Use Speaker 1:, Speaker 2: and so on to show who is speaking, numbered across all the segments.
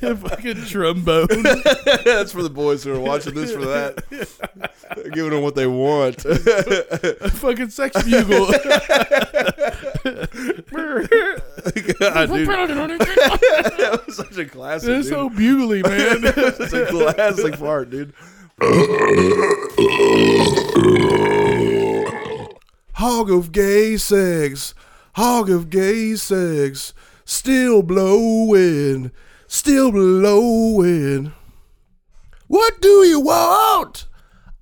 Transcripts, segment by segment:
Speaker 1: fucking trombone.
Speaker 2: That's for the boys who are watching this for that. They're giving them what they want.
Speaker 1: fucking sex bugle.
Speaker 2: God, dude, that was such a classic.
Speaker 1: It's
Speaker 2: dude.
Speaker 1: so bugly, man.
Speaker 2: That's a classic fart, dude. Hog of gay sex. Hog of gay sex. Still blowing. Still blowing. What do you want?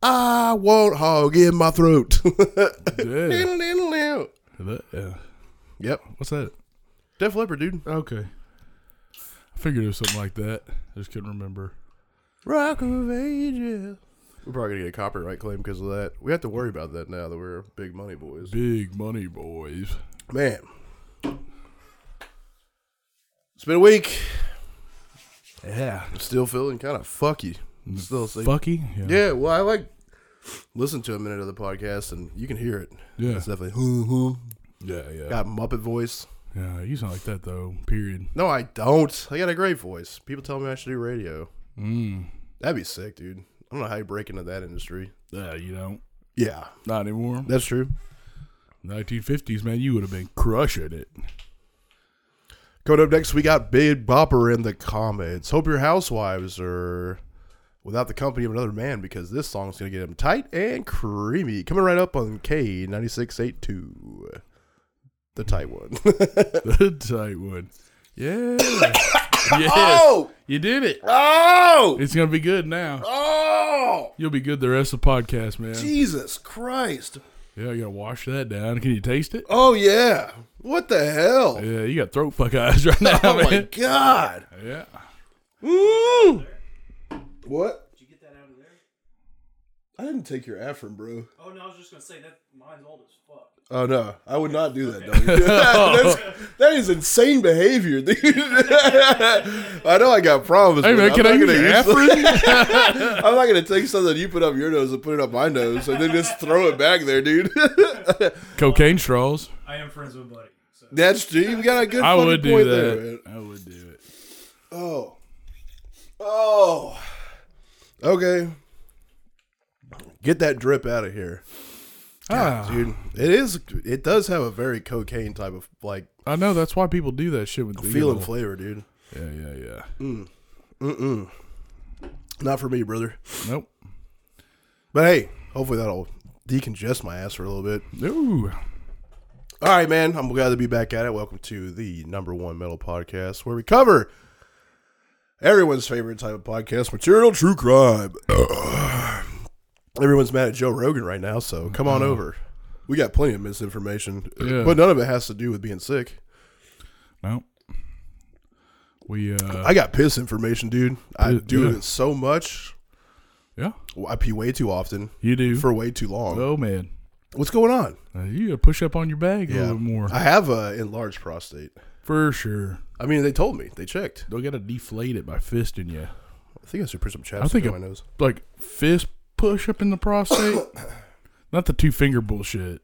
Speaker 2: I want hog in my throat.
Speaker 1: yeah. That- yeah.
Speaker 2: yep.
Speaker 1: What's that?
Speaker 2: Def Leppard, dude.
Speaker 1: Okay. I figured it was something like that. I just couldn't remember.
Speaker 2: Rock of Ages. We're probably going to get a copyright claim because of that. We have to worry about that now that we're big money boys.
Speaker 1: Big money boys.
Speaker 2: Man. It's been a week.
Speaker 1: Yeah.
Speaker 2: I'm still feeling kind of fucky. I'm Still sleep.
Speaker 1: Fucky. Yeah.
Speaker 2: Yeah, well, I like listen to a minute of the podcast and you can hear it.
Speaker 1: Yeah.
Speaker 2: It's definitely "Huh, huh."
Speaker 1: Yeah. Yeah.
Speaker 2: got Muppet voice.
Speaker 1: Yeah. You sound like that though. Period.
Speaker 2: No, I don't. I got a great voice. People tell me I should do radio.
Speaker 1: Mm.
Speaker 2: That'd be sick, dude. I don't know how you break into that industry.
Speaker 1: Yeah. You don't.
Speaker 2: Yeah,
Speaker 1: Not anymore.
Speaker 2: that's true.
Speaker 1: 1950s, man. You would have been crushing it.
Speaker 2: Coming up next, we got Big Bopper in the comments. Hope your housewives are without the company of another man because this song's going to get them tight and creamy. Coming right up on K9682. The tight one.
Speaker 1: The tight one. Yeah. yes. You did it.
Speaker 2: Oh!
Speaker 1: It's gonna be good now.
Speaker 2: Oh!
Speaker 1: You'll be good the rest of the podcast, man.
Speaker 2: Jesus Christ.
Speaker 1: Yeah, you gotta wash that down. Can you taste it?
Speaker 2: Oh, yeah. What the hell?
Speaker 1: Yeah, you got throat fuck eyes right now,
Speaker 2: Oh, my
Speaker 1: man.
Speaker 2: God.
Speaker 1: Yeah.
Speaker 2: Mm. What? Did you get that out of there? I didn't take your Afrin, bro.
Speaker 3: Oh no, I was just gonna say that mine's old as fuck.
Speaker 2: Oh no, I would not do that, dog. That's, that is insane behavior, dude. I know I got problems.
Speaker 1: Hey
Speaker 2: but
Speaker 1: man,
Speaker 2: I'm
Speaker 1: can
Speaker 2: not
Speaker 1: I use
Speaker 2: gonna
Speaker 1: your
Speaker 2: use-
Speaker 1: Afrin?
Speaker 2: I'm not gonna take something you put up your nose and put it up my nose, and then just throw it back there, dude.
Speaker 1: Cocaine straws.
Speaker 3: I am friends with Buddy. So
Speaker 2: That's true. You got a good.
Speaker 1: I
Speaker 2: fucking
Speaker 1: would do
Speaker 2: point
Speaker 1: that.
Speaker 2: there, man.
Speaker 1: I would do it.
Speaker 2: Oh, oh, okay. Get that drip out of here,
Speaker 1: Ah,
Speaker 2: dude. It is. It does have a very cocaine type of like
Speaker 1: I know that's why people do that shit with the
Speaker 2: feel and
Speaker 1: Eagle.
Speaker 2: flavor, dude.
Speaker 1: Yeah, yeah, yeah.
Speaker 2: Not for me, brother.
Speaker 1: Nope.
Speaker 2: But hey, hopefully that'll decongest my ass for a little bit.
Speaker 1: Ooh.
Speaker 2: All right, man. I'm glad to be back at it. Welcome to the number one metal podcast where we cover everyone's favorite type of podcast material, true crime. Everyone's mad at Joe Rogan right now, so come on over. We got plenty of misinformation,
Speaker 1: Mm-hmm. Yeah.
Speaker 2: but none of it has to do with being sick.
Speaker 1: Nope. We uh
Speaker 2: I got piss information, dude. I
Speaker 1: Yeah.
Speaker 2: do it so much.
Speaker 1: yeah.
Speaker 2: I pee way too often
Speaker 1: You do.
Speaker 2: for way too long.
Speaker 1: oh man.
Speaker 2: What's going on?
Speaker 1: Uh, you gotta push up on your bag a little bit more.
Speaker 2: I have a enlarged prostate.
Speaker 1: For sure.
Speaker 2: I mean, they told me. They checked.
Speaker 1: They'll gotta deflate it by fisting you.
Speaker 2: I think I should put some chapstick
Speaker 1: I think
Speaker 2: on
Speaker 1: I-
Speaker 2: my nose.
Speaker 1: Like fist push up in the prostate. Not the two finger bullshit.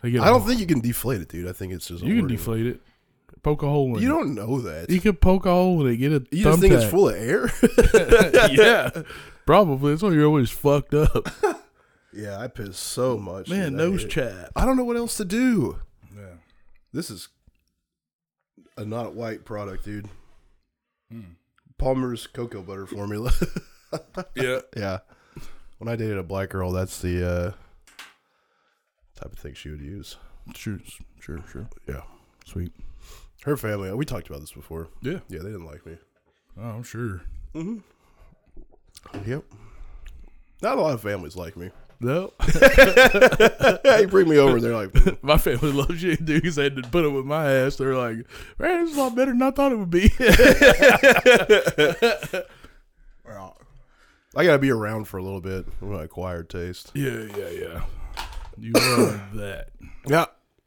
Speaker 1: They get
Speaker 2: I don't think you can deflate it, dude. I think it's just a
Speaker 1: you can
Speaker 2: wording.
Speaker 1: deflate it. Poke a hole in
Speaker 2: You
Speaker 1: it.
Speaker 2: don't know that.
Speaker 1: You
Speaker 2: You,
Speaker 1: can poke a hole in it, get a
Speaker 2: just
Speaker 1: thumbtack.
Speaker 2: think it's full of air.
Speaker 1: yeah. Probably. That's why you're always fucked up.
Speaker 2: yeah, I piss so much.
Speaker 1: Man,
Speaker 2: dude. I
Speaker 1: nose
Speaker 2: hate it.
Speaker 1: chap.
Speaker 2: I don't know what else to do.
Speaker 1: Yeah.
Speaker 2: This is a not white product, dude.
Speaker 1: Hmm.
Speaker 2: Palmer's cocoa butter formula.
Speaker 1: Yeah.
Speaker 2: yeah. When I dated a black girl, that's the uh, type of thing she would use.
Speaker 1: Sure, sure, sure.
Speaker 2: Yeah.
Speaker 1: Sweet.
Speaker 2: Her family, we talked about this before.
Speaker 1: Yeah.
Speaker 2: Yeah, they didn't like me.
Speaker 1: Oh, I'm sure.
Speaker 2: Yep. Not a lot of families like me.
Speaker 1: No.
Speaker 2: They bring me over and they're like, "Mm,
Speaker 1: my family loves you, dude, because they had to put it with my ass. They're like, man, this is a lot better than I thought it would be.
Speaker 2: I gotta be around for a little bit. I'm an acquired taste.
Speaker 1: yeah, yeah, yeah. You love that.
Speaker 2: Yeah.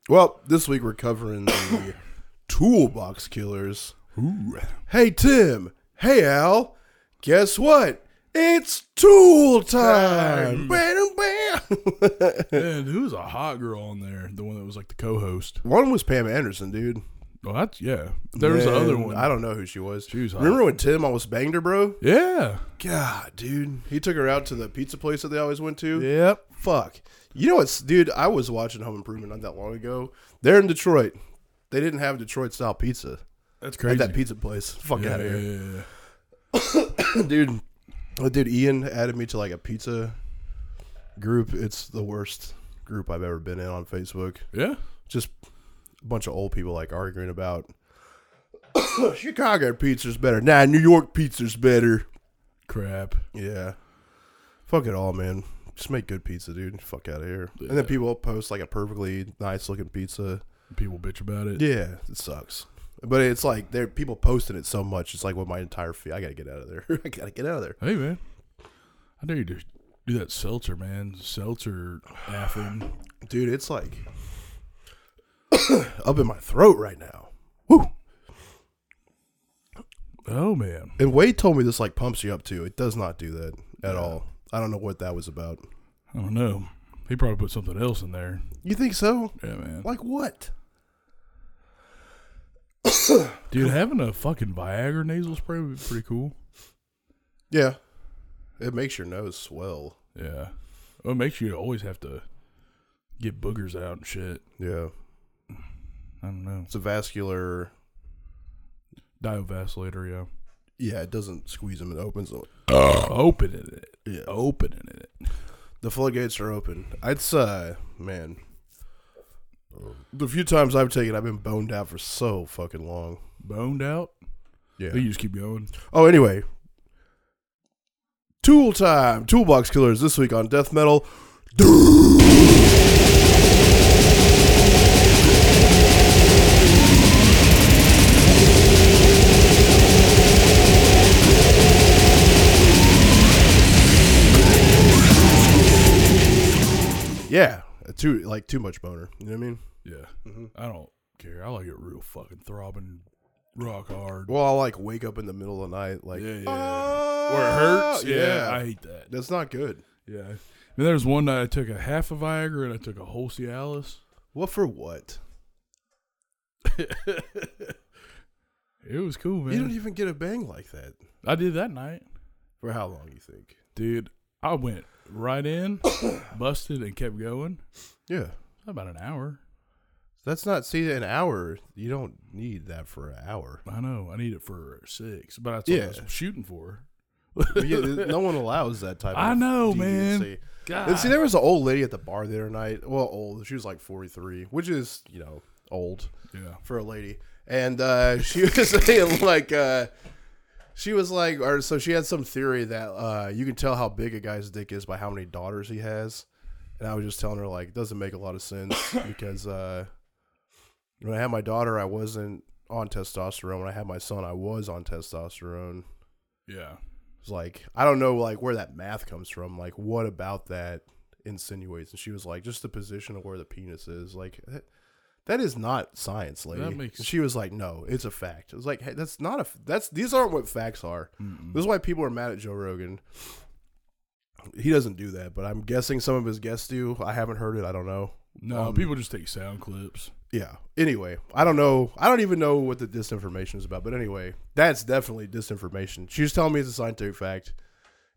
Speaker 2: Well, this week we're covering the toolbox killers.
Speaker 1: Ooh.
Speaker 2: Hey Tim. Hey Al. Guess what? It's tool time. Bam, bam.
Speaker 1: And who was a hot girl on there? The one that was like the co host.
Speaker 2: One was Pam Anderson, dude.
Speaker 1: Well, that's yeah. There's the other
Speaker 2: Man,
Speaker 1: one.
Speaker 2: I don't know who she was.
Speaker 1: She was hot.
Speaker 2: Remember when Tim almost banged her, bro?
Speaker 1: Yeah.
Speaker 2: God, dude. He took her out to the pizza place that they always went to.
Speaker 1: Yep.
Speaker 2: Fuck. You know what's, dude? I was watching Home Improvement not that long ago. They're in Detroit. They didn't have Detroit style pizza
Speaker 1: That's
Speaker 2: at
Speaker 1: crazy.
Speaker 2: that pizza place. Fuck
Speaker 1: yeah,
Speaker 2: out of
Speaker 1: yeah,
Speaker 2: here,
Speaker 1: yeah, yeah.
Speaker 2: dude. uh, Dude, Ian added me to like a pizza group. It's the worst group I've ever been in on Facebook.
Speaker 1: Yeah.
Speaker 2: Just a bunch of old people like arguing about Chicago pizza's better. Nah, New York pizza's better.
Speaker 1: Crap.
Speaker 2: Yeah. Fuck it all, man. Just make good pizza, dude. Fuck out of here. And then people post like a perfectly nice looking pizza.
Speaker 1: People bitch about it.
Speaker 2: Yeah, it sucks. But it's like there people posting it so much. It's like with my entire feed. I gotta get out of there. I gotta get out of there.
Speaker 1: Hey man, I dare you to do that seltzer, man. Seltzer bathroom.
Speaker 2: Dude, it's like up in my throat right now. Woo!
Speaker 1: Oh man,
Speaker 2: And Wade told me this like pumps you up too. It does not do that at all. I don't know what that was about.
Speaker 1: I don't know. He probably put something else in there.
Speaker 2: You think so?
Speaker 1: Yeah, man.
Speaker 2: Like what?
Speaker 1: Dude, having a fucking Viagra nasal spray would be pretty cool.
Speaker 2: Yeah. It makes your nose swell.
Speaker 1: Yeah. Well, it makes you always have to get boogers out and shit.
Speaker 2: Yeah.
Speaker 1: I don't know.
Speaker 2: It's a vascular
Speaker 1: Diovasculator, yeah.
Speaker 2: Yeah, it doesn't squeeze them. It opens them.
Speaker 1: Opening it.
Speaker 2: Yeah.
Speaker 1: Opening it.
Speaker 2: The floodgates are open. It's uh, man. The few times I've taken, I've been boned out for so fucking long.
Speaker 1: Boned out.
Speaker 2: Yeah.
Speaker 1: You just keep going.
Speaker 2: Oh, anyway. Tool time. Toolbox killers this week on death metal. Yeah, uh, too like too much boner. You know what I mean?
Speaker 1: Yeah.
Speaker 2: Mm-hmm.
Speaker 1: I don't care. I like it real fucking throbbing, rock hard.
Speaker 2: Well, I like wake up in the middle of the night, like
Speaker 1: Yeah, yeah.
Speaker 2: "Ah!"
Speaker 1: Where it hurts. Yeah.
Speaker 2: yeah.
Speaker 1: I hate that.
Speaker 2: That's not good.
Speaker 1: Yeah. I mean, there was one night I took a half of Viagra and I took a whole Cialis.
Speaker 2: What for? What?
Speaker 1: It was cool,
Speaker 2: You don't
Speaker 1: man.
Speaker 2: even get a bang like that.
Speaker 1: I did that night.
Speaker 2: For how long you think?
Speaker 1: Dude, I went right in, busted, and kept going.
Speaker 2: Yeah,
Speaker 1: About an hour.
Speaker 2: that's not. See, an hour. You don't need that for an hour.
Speaker 1: I know. I need it for six, but that's what I was
Speaker 2: Yeah.
Speaker 1: shooting for.
Speaker 2: But yeah, no one allows that type.
Speaker 1: I
Speaker 2: of
Speaker 1: know,
Speaker 2: deviancy.
Speaker 1: man. God.
Speaker 2: And see, there was an old lady at the bar the other night. Well, old. She was like forty three, which is you know old.
Speaker 1: yeah.
Speaker 2: for a lady, and uh, she was saying like, uh, she was like, or so she had some theory that uh, you can tell how big a guy's dick is by how many daughters he has, and I was just telling her like, it doesn't make a lot of sense because uh, when I had my daughter, I wasn't on testosterone. When I had my son, I was on testosterone.
Speaker 1: Yeah.
Speaker 2: It's like I don't know like where that math comes from. Like what about that insinuates? And she was like, just the position of where the penis is. Like that, that is not science, lady.
Speaker 1: That makes-
Speaker 2: And she was like, no, it's a fact. It was like, hey, that's not a. f- That's these aren't what facts are. This is why people are mad at Joe Rogan. He doesn't do that, but I'm guessing some of his guests do. I haven't heard it. I don't know. Um,
Speaker 1: No, people just take sound clips.
Speaker 2: Yeah. Anyway, I don't know. I don't even know what the disinformation is about. But anyway, that's definitely disinformation. She was telling me it's a scientific fact.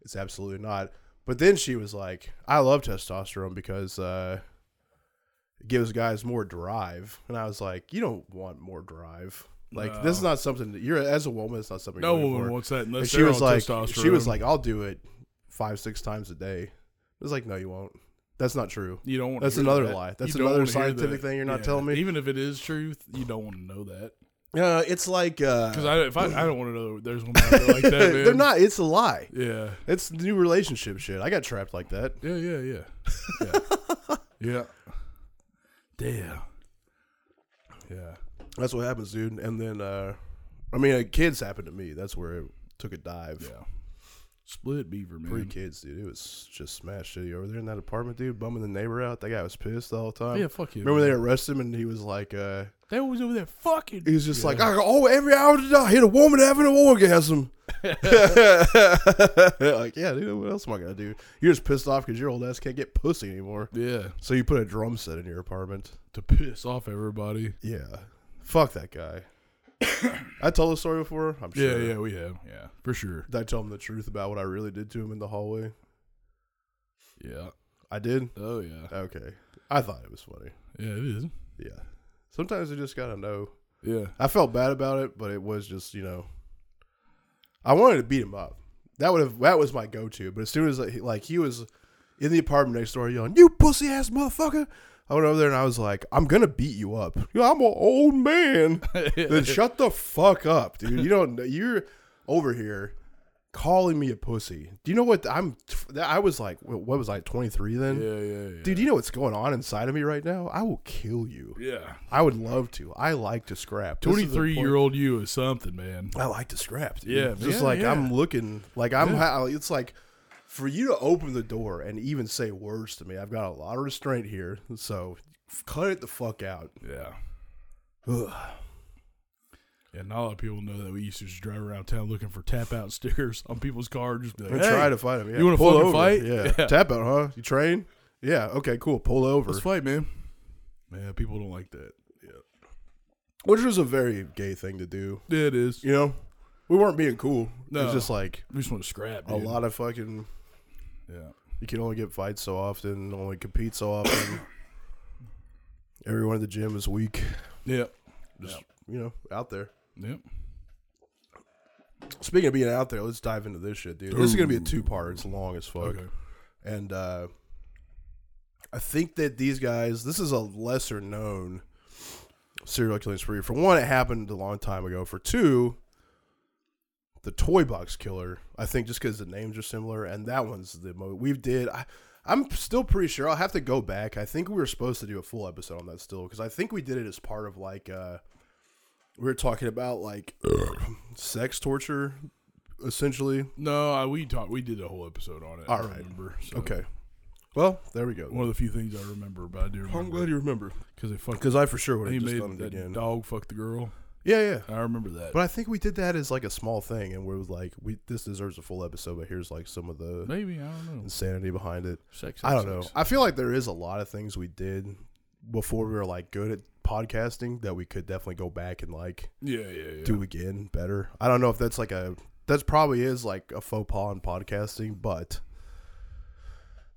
Speaker 2: It's absolutely not. But then she was like, I love testosterone because uh, it gives guys more drive. And I was like, you don't want more drive. Like this is not something that you're as a woman. It's not something.
Speaker 1: No
Speaker 2: you're looking
Speaker 1: woman
Speaker 2: for.
Speaker 1: wants that unless
Speaker 2: And she
Speaker 1: they're
Speaker 2: was
Speaker 1: on
Speaker 2: like,
Speaker 1: testosterone.
Speaker 2: she was like, I'll do it five, six times a day. I was like, no, you won't. That's not true.
Speaker 1: you don't want.
Speaker 2: That's
Speaker 1: to hear
Speaker 2: another
Speaker 1: that.
Speaker 2: lie. That's
Speaker 1: You don't
Speaker 2: another
Speaker 1: wanna hear
Speaker 2: scientific
Speaker 1: that.
Speaker 2: thing you're not
Speaker 1: Yeah.
Speaker 2: telling me.
Speaker 1: Even if it is truth, you don't want to know that
Speaker 2: Uh, it's like uh,
Speaker 1: because I, if I, I don't want to know that there's one out there like that. Man.
Speaker 2: They're not. It's a lie.
Speaker 1: Yeah.
Speaker 2: It's new relationship shit. I got trapped like that.
Speaker 1: Yeah. Yeah. Yeah. Yeah. yeah. Damn. Yeah.
Speaker 2: That's what happens, dude. And then, uh, I mean, uh, kids happened to me. That's where it took a dive.
Speaker 1: Yeah. Mm-hmm. Split beaver man.
Speaker 2: Three kids, dude. It was just smash shitty over there in that apartment, dude. Bumming the neighbor out. That guy was pissed the whole time.
Speaker 1: Yeah, fuck you.
Speaker 2: Remember they arrested him and he was like, uh,
Speaker 1: They always over there fucking.
Speaker 2: he was just like, I, oh, every hour did I hit a woman having an orgasm. like, yeah, dude. What else am I gonna do? You're just pissed off because your old ass can't get pussy anymore.
Speaker 1: Yeah.
Speaker 2: So you put a drum set in your apartment.
Speaker 1: To piss off everybody.
Speaker 2: Yeah. Fuck that guy. I told this story before. I'm
Speaker 1: Yeah,
Speaker 2: sure.
Speaker 1: yeah, we have. Yeah, for sure.
Speaker 2: Did I tell him the truth about what I really did to him in the hallway?
Speaker 1: Yeah.
Speaker 2: I did.
Speaker 1: Oh yeah.
Speaker 2: Okay. I thought it was funny.
Speaker 1: Yeah, it is.
Speaker 2: Yeah. Sometimes you just gotta know.
Speaker 1: Yeah.
Speaker 2: I felt bad about it, but it was just you know. I wanted to beat him up. That would have that was my go to. But as soon as like, he- like he was in the apartment next door yelling, "You pussy ass motherfucker!" I went over there and I was like, "I'm gonna beat you up. You know, I'm an old man." then shut the fuck up, dude. You don't. You're over here calling me a pussy. Do you know what I'm? I was like, what was I? 23 then.
Speaker 1: Yeah, yeah, yeah.
Speaker 2: Dude, you know what's going on inside of me right now? I will kill you.
Speaker 1: Yeah.
Speaker 2: I would love to. I like to scrap. This is the
Speaker 1: 23
Speaker 2: point-
Speaker 1: year old you is something, man.
Speaker 2: I like to scrap. Dude.
Speaker 1: Yeah,
Speaker 2: It's just
Speaker 1: yeah,
Speaker 2: like
Speaker 1: yeah.
Speaker 2: I'm looking, like I'm. ha It's like for you to open the door and even say words to me. I've got a lot of restraint here, so f- cut it the fuck out.
Speaker 1: Yeah.
Speaker 2: Ugh.
Speaker 1: Yeah, not a lot of people know that we used to just drive around town looking for tap out stickers on people's cars. Just be like,
Speaker 2: And
Speaker 1: hey,
Speaker 2: try to fight him. Yeah.
Speaker 1: you wanna
Speaker 2: Pull
Speaker 1: fucking
Speaker 2: over.
Speaker 1: fight?
Speaker 2: Yeah.
Speaker 1: Yeah.
Speaker 2: Tap out, huh? You train? Yeah. Okay. Cool. Pull over.
Speaker 1: let's fight, man. Yeah, people don't like that.
Speaker 2: Which was a very gay thing to do.
Speaker 1: Yeah, it is.
Speaker 2: You know, we weren't being cool. It
Speaker 1: No.
Speaker 2: was just like
Speaker 1: We just want to scrap,
Speaker 2: a
Speaker 1: dude.
Speaker 2: lot of fucking.
Speaker 1: Yeah.
Speaker 2: You can only get fights so often, only compete so often. Everyone in the gym is weak.
Speaker 1: Yeah.
Speaker 2: Just you know, out there.
Speaker 1: Yep.
Speaker 2: Speaking of being out there, let's dive into this shit, dude. This is gonna be a two part. It's long as fuck,
Speaker 1: Okay.
Speaker 2: and uh, I think that these guys. This is a lesser known serial killing spree. For one, it happened a long time ago. For two, the Toy Box Killer. I think just because the names are similar, and that one's the mo we did. I, I'm still pretty sure. I'll have to go back. I think we were supposed to do a full episode on that still because I think we did it as part of like uh, we were talking about like sex torture, essentially.
Speaker 1: No, I, we talked. We did a whole episode on it.
Speaker 2: All
Speaker 1: I
Speaker 2: right.
Speaker 1: remember. so-
Speaker 2: Okay. Well, there we go.
Speaker 1: One of the few things I remember, but I do remember.
Speaker 2: you remember
Speaker 1: because they fucked.
Speaker 2: because I for sure would
Speaker 1: He
Speaker 2: have just
Speaker 1: made
Speaker 2: done it
Speaker 1: that
Speaker 2: again.
Speaker 1: dog fuck the girl.
Speaker 2: Yeah, yeah.
Speaker 1: I remember that.
Speaker 2: But I think we did that as like a small thing, and we was like, we this deserves a full episode. But here's like some of the
Speaker 1: Maybe I don't know.
Speaker 2: insanity behind it.
Speaker 1: Sex.
Speaker 2: I don't know.
Speaker 1: sex.
Speaker 2: I feel like there is a lot of things we did before we were like good at podcasting that we could definitely go back and like
Speaker 1: Yeah, yeah, yeah.
Speaker 2: do again better. I don't know if that's like a that's probably is like a faux pas in podcasting, but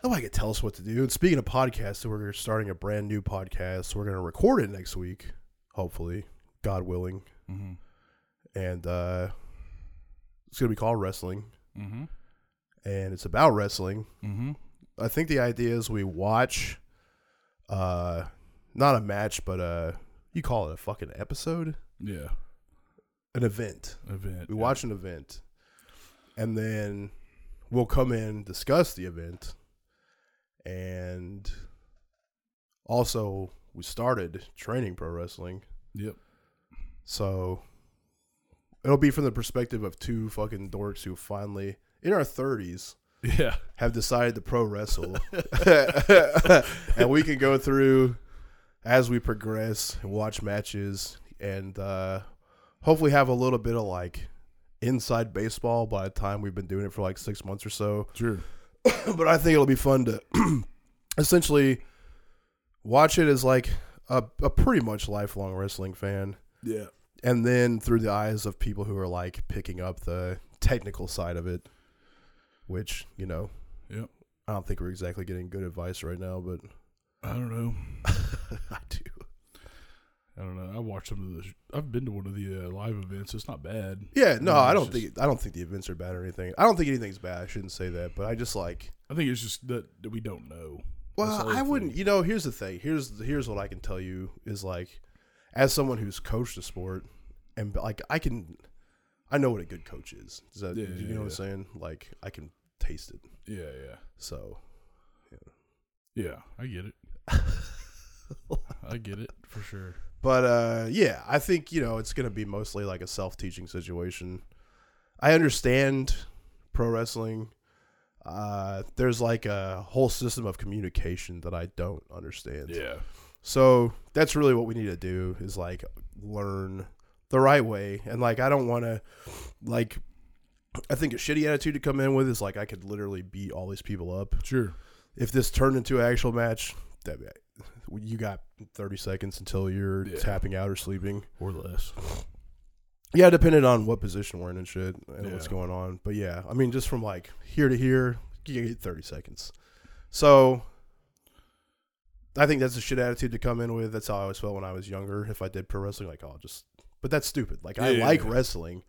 Speaker 2: nobody could tell us what to do. And speaking of podcasts, we're starting a brand new podcast. We're going to record it next week, hopefully, God willing.
Speaker 1: Mhm.
Speaker 2: And uh, it's going to be called Wrestling,
Speaker 1: Mhm.
Speaker 2: and it's about wrestling.
Speaker 1: Mhm.
Speaker 2: I think the idea is we watch, uh, not a match, but uh, you call it a fucking episode,
Speaker 1: Yeah.
Speaker 2: an event.
Speaker 1: Event.
Speaker 2: We
Speaker 1: yeah.
Speaker 2: watch an event, and then we'll come in discuss the event, and also we started training pro wrestling,
Speaker 1: Yep.
Speaker 2: so it'll be from the perspective of two fucking dorks who finally in our thirties
Speaker 1: Yeah.
Speaker 2: have decided to pro wrestle, and we can go through as we progress and watch matches, and uh, hopefully have a little bit of like inside baseball by the time we've been doing it for like six months or so.
Speaker 1: Sure.
Speaker 2: but I think it'll be fun to essentially watch it as like a, a pretty much lifelong wrestling fan,
Speaker 1: Yeah.
Speaker 2: and then through the eyes of people who are like picking up the technical side of it, which you know
Speaker 1: Yep.
Speaker 2: I don't think we're exactly getting good advice right now, but
Speaker 1: I don't know.
Speaker 2: I do.
Speaker 1: I don't know. I watched some of the. sh- I've been to one of the uh, live events. It's not bad.
Speaker 2: Yeah,
Speaker 1: No,
Speaker 2: no, I
Speaker 1: it's
Speaker 2: don't think I don't think the events are bad or anything. I don't think anything's bad. I shouldn't say that, but I just like.
Speaker 1: I think it's just that, that we don't know. That's the
Speaker 2: Well,
Speaker 1: whole
Speaker 2: I wouldn't.
Speaker 1: thing.
Speaker 2: You know, here's the thing. Here's here's what I can tell you is like, as someone who's coached a sport, and like I can, I know what a good coach is. Is that
Speaker 1: Yeah,
Speaker 2: you
Speaker 1: yeah,
Speaker 2: know what I'm
Speaker 1: yeah.
Speaker 2: saying? Like I can taste it.
Speaker 1: Yeah. Yeah.
Speaker 2: So
Speaker 1: Yeah, I get it. I get it for sure.
Speaker 2: But uh, yeah, I think you know it's going to be mostly like a self-teaching situation. I understand pro wrestling. Uh, there's like a whole system of communication that I don't understand.
Speaker 1: Yeah.
Speaker 2: So that's really what we need to do is like learn the right way. And like I don't want to like I think a shitty attitude to come in with is like I could literally beat all these people up.
Speaker 1: Sure.
Speaker 2: If this turned into an actual match, that you got 30 seconds until you're
Speaker 1: Yeah.
Speaker 2: tapping out or sleeping.
Speaker 1: or less.
Speaker 2: Yeah, depending on what position we're in and shit and what's
Speaker 1: Yeah.
Speaker 2: going on. But yeah, I mean, just from like here to here, you get 30 seconds. So I think that's a shit attitude to come in with. That's how I always felt when I was younger. If I did pro wrestling, like, oh, just, but that's stupid. Like, I
Speaker 1: Yeah.
Speaker 2: like wrestling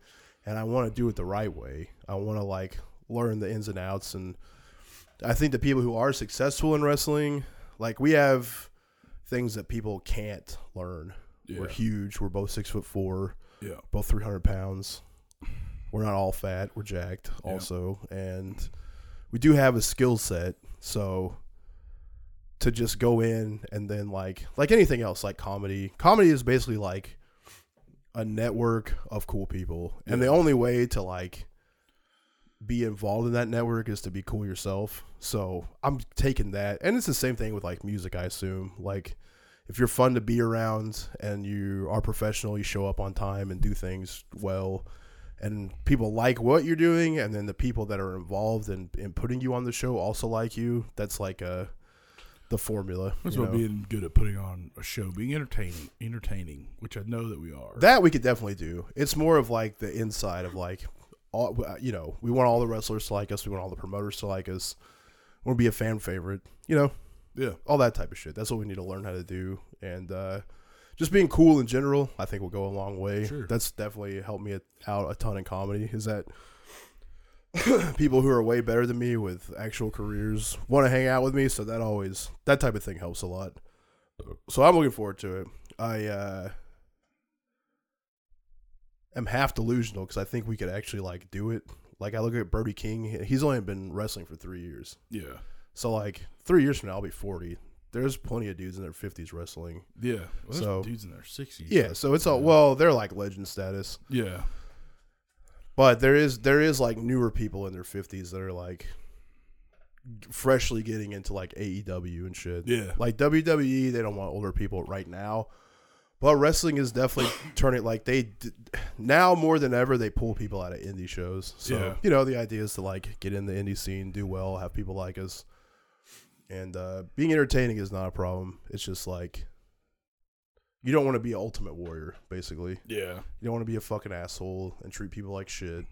Speaker 2: and I want to do it the right way. I want to like learn the ins and outs. And I think the people who are successful in wrestling, like, we have things that people can't learn.
Speaker 1: Yeah,
Speaker 2: We're huge. We're both six foot four
Speaker 1: yeah,
Speaker 2: both 300 pounds. We're not all fat. We're jacked
Speaker 1: Yeah.
Speaker 2: also. And we do have a skill set. So to just go in and then like, like anything else, like comedy, comedy is basically like a network of cool people. And the
Speaker 1: Yeah.
Speaker 2: only way to like be involved in that network is to be cool yourself. So I'm taking that. And it's the same thing with like music, I assume. Like, if you're fun to be around and you are professional, you show up on time and do things well, and people like what you're doing, and then the people that are involved in, in putting you on the show also like you. That's like a the formula.
Speaker 1: that's
Speaker 2: you
Speaker 1: about
Speaker 2: know.
Speaker 1: being good at putting on a show, being entertaining, entertaining, which I know that we are.
Speaker 2: That we could definitely do. It's more of like the inside of like, all, you know, we want all the wrestlers to like us. We want all the promoters to like us. We want to be a fan favorite. You know,
Speaker 1: yeah,
Speaker 2: all that type of shit. That's what we need to learn how to do, and uh, just being cool in general, I think will go a long way.
Speaker 1: Sure.
Speaker 2: That's definitely helped me out a ton in comedy. Is that people who are way better than me with actual careers want to hang out with me, so that always that type of thing helps a lot. So I'm looking forward to it. I uh, am half delusional because I think we could actually like do it. Like I look at Brody King; he's only been wrestling for three years.
Speaker 1: yeah,
Speaker 2: So like three years from now, I'll be forty. There's plenty of dudes in their fifties wrestling.
Speaker 1: yeah. Well, there's
Speaker 2: So-
Speaker 1: dudes in their sixties.
Speaker 2: Yeah, so it's all well, they're like legend status,
Speaker 1: yeah,
Speaker 2: but there is there is like newer people in their fifties that are like freshly getting into like AEW and shit.
Speaker 1: yeah.
Speaker 2: Like WWE, they don't want older people right now. But wrestling is definitely turning like they d- now more than ever they pull people out of indie shows. So
Speaker 1: Yeah.
Speaker 2: you know the idea is to like get in the indie scene, do well, have people like us, and uh, being entertaining is not a problem. It's just like you don't want to be an ultimate warrior, basically. You
Speaker 1: yeah.
Speaker 2: don't want to be a fucking asshole and treat people like shit.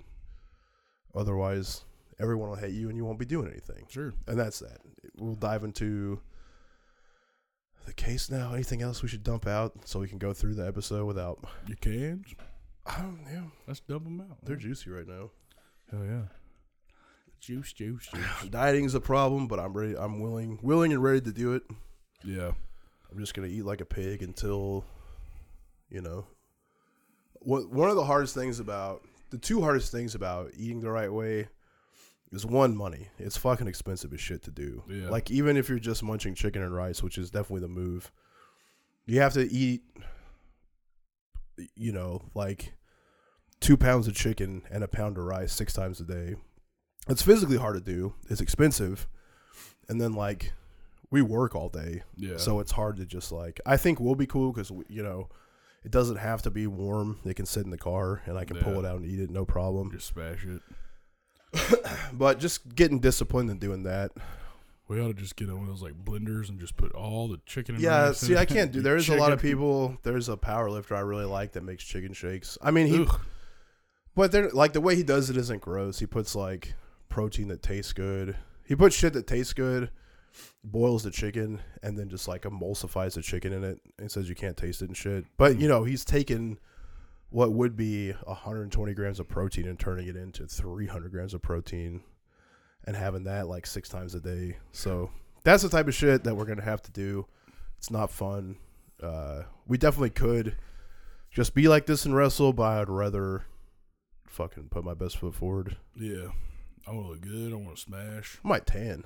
Speaker 2: Otherwise, everyone will hate you and you won't be doing anything
Speaker 1: Sure.
Speaker 2: and that's that. We'll dive into the case now. Anything else we should dump out so we can go through the episode without?
Speaker 1: You can.
Speaker 2: I don't know.
Speaker 1: Let's dump them out.
Speaker 2: They're juicy right now.
Speaker 1: Hell yeah. Juice, juice, juice.
Speaker 2: Dieting's a problem, but I'm ready. I'm willing, willing and ready to do it.
Speaker 1: yeah.
Speaker 2: I'm just gonna eat like a pig until, you know. What one of the hardest things about the two hardest things about eating the right way is one money. It's fucking expensive as shit to do.
Speaker 1: Yeah.
Speaker 2: Like even if you're just munching chicken and rice, which is definitely the move, you have to eat. You know, like two pounds of chicken and a pound of rice six times a day. It's physically hard to do. It's expensive, and then like we work all day.
Speaker 1: Yeah.
Speaker 2: So it's hard to just like. I think we'll be cool because you know, it doesn't have to be warm. It can sit in the car and I can pull
Speaker 1: Yeah.
Speaker 2: it out and eat it, no problem.
Speaker 1: just smash it.
Speaker 2: But just getting disciplined and doing that.
Speaker 1: We ought to just get on one of those like blenders and just put all the chicken. And
Speaker 2: yeah,
Speaker 1: rice in
Speaker 2: see,
Speaker 1: it.
Speaker 2: I can't do.
Speaker 1: Your
Speaker 2: There's a lot of
Speaker 1: chicken-
Speaker 2: people. There's a power lifter I really like that makes chicken shakes. I mean, he,
Speaker 1: Ugh.
Speaker 2: but they're like the way he does it isn't gross. He puts like protein that tastes good. He puts shit that tastes good. Boils the chicken and then just like emulsifies the chicken in it and says you can't taste it and shit.
Speaker 1: Hmm.
Speaker 2: But you know he's taken what would be 120 grams of protein and turning it into 300 grams of protein and having that like six times a day. So that's the type of shit that we're gonna have to do. It's not fun. Uh, we definitely could just be like this and wrestle, but I'd rather fucking put my best foot forward.
Speaker 1: Yeah. I want to look good. I want to smash.
Speaker 2: I might tan.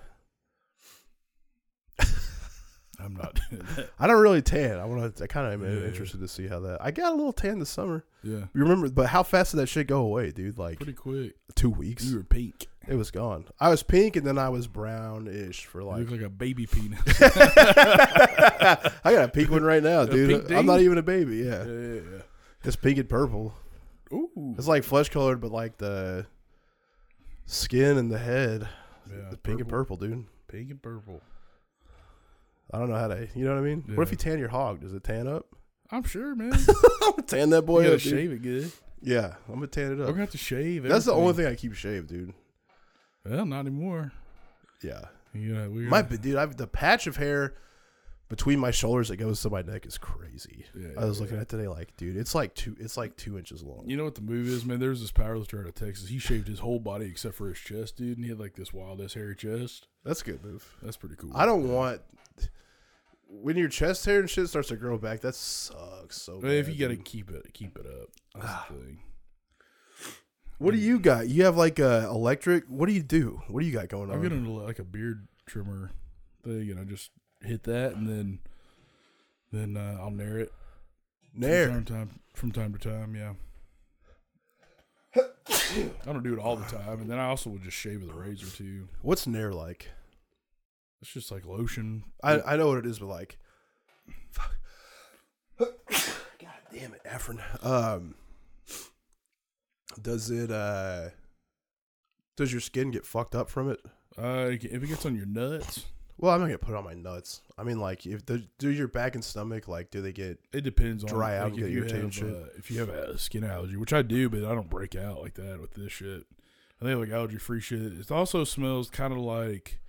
Speaker 1: I'm not doing that.
Speaker 2: I don't really tan. I want to. I kind of am
Speaker 1: Yeah.
Speaker 2: interested to see how that. I got a little tan this summer.
Speaker 1: Yeah.
Speaker 2: You remember? But how fast did that shit go away, dude? Like
Speaker 1: Pretty quick.
Speaker 2: two weeks.
Speaker 1: You were pink.
Speaker 2: It was gone. I was pink and then I was brownish for
Speaker 1: you
Speaker 2: like.
Speaker 1: look like a baby peanut.
Speaker 2: I got a pink one right now,
Speaker 1: pink
Speaker 2: dude. I'm
Speaker 1: ding?
Speaker 2: not even a baby. Yeah,
Speaker 1: yeah.
Speaker 2: it's pink and purple.
Speaker 1: Ooh.
Speaker 2: It's like flesh colored, but like the skin and the head,
Speaker 1: yeah,
Speaker 2: the pink and purple, dude.
Speaker 1: Pink and purple.
Speaker 2: I don't know how to. You know what I mean? What if
Speaker 1: Yeah.
Speaker 2: you tan your hog? Does it tan up?
Speaker 1: I'm sure, man. You
Speaker 2: I'm gonna tan that boy
Speaker 1: gotta
Speaker 2: up. dude.
Speaker 1: shave it good.
Speaker 2: Yeah, I'm gonna tan it
Speaker 1: We're
Speaker 2: up.
Speaker 1: gonna have to shave.
Speaker 2: That's the only
Speaker 1: everything.
Speaker 2: thing I keep shaved, dude.
Speaker 1: Well, not anymore.
Speaker 2: Yeah,
Speaker 1: You know, we
Speaker 2: my dude, I've the patch of hair between my shoulders that goes to my neck is crazy.
Speaker 1: Yeah,
Speaker 2: I was
Speaker 1: yeah,
Speaker 2: looking at it today, like, dude, it's like two, it's like two inches long.
Speaker 1: You know what the move is, man? There's this powerlifter out of Texas. He shaved his whole body except for his chest, dude, and he had like this wild ass hairy chest.
Speaker 2: That's a good move.
Speaker 1: That's pretty cool.
Speaker 2: I don't want when your chest hair and shit starts to grow back. That sucks so.
Speaker 1: But if
Speaker 2: bad,
Speaker 1: you gotta
Speaker 2: dude. Ah,
Speaker 1: keep it, keep it up. That's the thing.
Speaker 2: what do you got? You have like a electric. What do you do? What do you got going
Speaker 1: I'm
Speaker 2: on?
Speaker 1: getting into like a beard trimmer thing, and I just hit that, and then then uh, I'll nair it
Speaker 2: Nair.
Speaker 1: from time from time to time. Yeah. I don't do it all the time, and then I also will just shave with a razor too.
Speaker 2: What's Nair like?
Speaker 1: It's just like lotion.
Speaker 2: I I know what it is, but like, fuck. God damn it, Afrin. Um, does it? uh Does your skin get fucked up from it?
Speaker 1: Uh, if it gets on your nuts,
Speaker 2: Well, I'm not gonna put it on my nuts. I mean, like, if the, do your back and stomach like, do they get?
Speaker 1: It depends on
Speaker 2: Dry out
Speaker 1: like,
Speaker 2: and
Speaker 1: if
Speaker 2: get
Speaker 1: you
Speaker 2: irritated and
Speaker 1: have,
Speaker 2: shit.
Speaker 1: Uh, if you have a skin allergy, which I do, but I don't break out like that with this shit. I think like allergy free shit. It also smells kind of like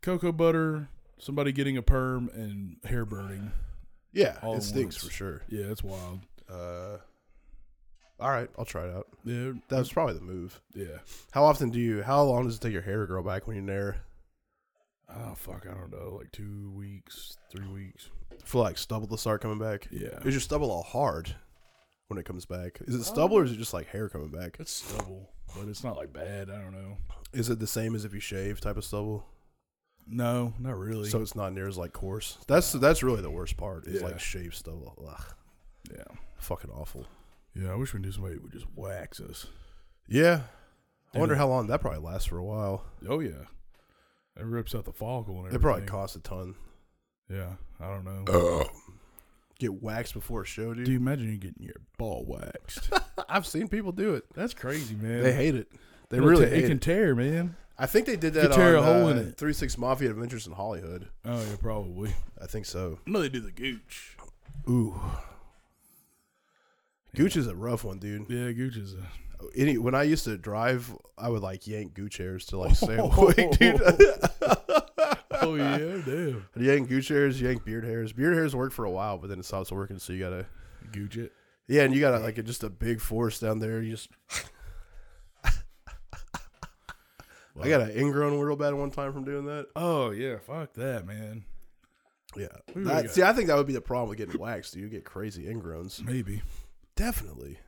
Speaker 1: cocoa butter. Somebody getting a perm and hair burning.
Speaker 2: Yeah,
Speaker 1: All
Speaker 2: it
Speaker 1: at
Speaker 2: stinks
Speaker 1: once.
Speaker 2: for sure.
Speaker 1: Yeah, it's wild.
Speaker 2: Uh, all right, I'll try it out.
Speaker 1: Yeah,
Speaker 2: That was probably the move.
Speaker 1: yeah.
Speaker 2: How often do you? How long does it take your hair to grow back when you're there
Speaker 1: Oh fuck, I don't know. Like two weeks, three weeks.
Speaker 2: for like stubble to start coming back?
Speaker 1: Yeah,
Speaker 2: Is your stubble all hard when it comes back? Is it stubble or is it just like hair coming back?
Speaker 1: Oh. it's stubble, but it's not like bad. I don't know.
Speaker 2: Is it the same as if you shave type of stubble?
Speaker 1: No, not really.
Speaker 2: So it's not near as like coarse. That's that's really the worst part. Is
Speaker 1: Yeah.
Speaker 2: like shave stubble. Ugh,
Speaker 1: yeah,
Speaker 2: fucking awful.
Speaker 1: yeah. I wish we knew somebody that would just wax us.
Speaker 2: Yeah. I
Speaker 1: Dude.
Speaker 2: wonder how long that probably lasts for a while.
Speaker 1: Oh yeah, it rips out the follicle and everything.
Speaker 2: It probably costs a ton.
Speaker 1: Yeah, I don't know.
Speaker 2: Oh. Get waxed before a show, dude.
Speaker 1: Do you imagine you getting your ball waxed?
Speaker 2: I've seen people do it.
Speaker 1: That's crazy, man.
Speaker 2: They hate it. They
Speaker 1: It'll
Speaker 2: really
Speaker 1: ta- it
Speaker 2: hate it.
Speaker 1: can tear, man.
Speaker 2: I think they did
Speaker 1: You
Speaker 2: that
Speaker 1: tear
Speaker 2: on
Speaker 1: a hole in
Speaker 2: uh,
Speaker 1: it.
Speaker 2: Three Six Mafia Adventures in Hollywood.
Speaker 1: Oh yeah, probably.
Speaker 2: I think so.
Speaker 1: No, they do the gooch.
Speaker 2: Ooh. Gooch is a rough one, dude.
Speaker 1: Yeah, gooch is. A,
Speaker 2: any when I used to drive, I would like yank Gooch hairs to like stay awake, dude.
Speaker 1: oh yeah, damn.
Speaker 2: yank Gooch hairs, yank beard hairs. Beard hairs work for a while, but then it stops working, so you gotta
Speaker 1: Gooch it.
Speaker 2: yeah, and you gotta like just a big force down there. You just I got an ingrown real bad one time from doing that.
Speaker 1: Oh yeah, fuck that, man.
Speaker 2: Yeah,
Speaker 1: Ooh,
Speaker 2: That-
Speaker 1: yeah.
Speaker 2: see, I think that would be the problem with getting waxed. dude. You get crazy ingrowns,
Speaker 1: Maybe
Speaker 2: definitely.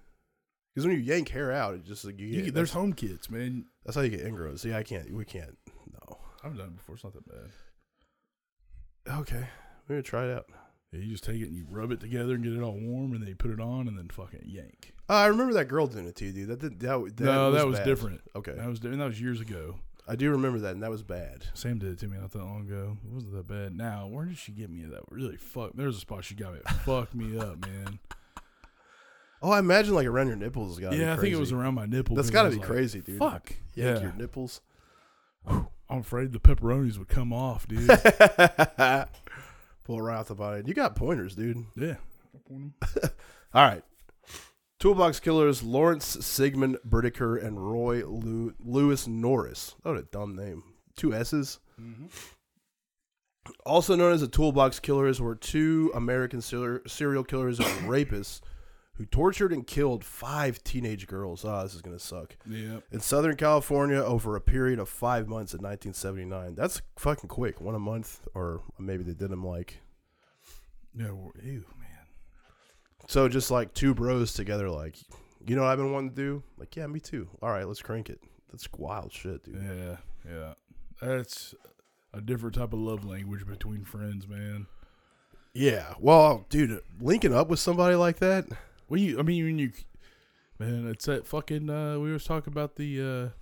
Speaker 2: Because when you yank hair out, it just like you
Speaker 1: You
Speaker 2: get,
Speaker 1: get- there's
Speaker 2: there's
Speaker 1: home kits, man.
Speaker 2: that's how you get ingrowns. See, I can't, we can't. No,
Speaker 1: I've done it before. It's not that bad.
Speaker 2: okay, we're gonna try it out.
Speaker 1: Yeah, you just take it and you rub it together and get it all warm, and then you put it on, and then fucking yank.
Speaker 2: Uh, I remember that girl doing it to you, dude. That did, that, w- that
Speaker 1: no,
Speaker 2: was
Speaker 1: that was
Speaker 2: bad.
Speaker 1: different.
Speaker 2: Okay,
Speaker 1: That was different. That was years ago.
Speaker 2: I do remember that, and that was bad.
Speaker 1: Sam did it to me not that long ago. It wasn't that bad. Now, where did she get me that really fuck? There was a spot she got me. Fuck me up, man.
Speaker 2: Oh, I imagine like around your nipples, got
Speaker 1: yeah, I think it was around my nipple.
Speaker 2: That's
Speaker 1: 'cause I
Speaker 2: gotta
Speaker 1: was
Speaker 2: be
Speaker 1: like,
Speaker 2: crazy, dude.
Speaker 1: Fuck.
Speaker 2: Yank
Speaker 1: Yeah.
Speaker 2: your nipples.
Speaker 1: I'm afraid the pepperonis would come off, dude.
Speaker 2: Pull it right off the body. You got pointers, dude.
Speaker 1: yeah.
Speaker 2: All right. Toolbox killers Lawrence Sigmund Britaker and Roy Lew- Lewis Norris. What a dumb name. Two S's. Also known as the Toolbox Killers were two American ser- serial killers and rapists who tortured and killed five teenage girls. Ah, this is going to suck.
Speaker 1: Yeah.
Speaker 2: In Southern California over a period of five months in 1979. That's fucking quick. One a month, or maybe they did them like
Speaker 1: Yeah. well, Ew, man.
Speaker 2: So just like two bros together, like, you know what I've been wanting to do? Like, yeah, me too. All right, let's crank it. That's wild shit, dude.
Speaker 1: Yeah. Yeah. That's a different type of love language between friends, man.
Speaker 2: Yeah. Well, dude, linking up with somebody like that.
Speaker 1: Well, you, I mean, when you, man, it's that fucking, uh, we was talking about the,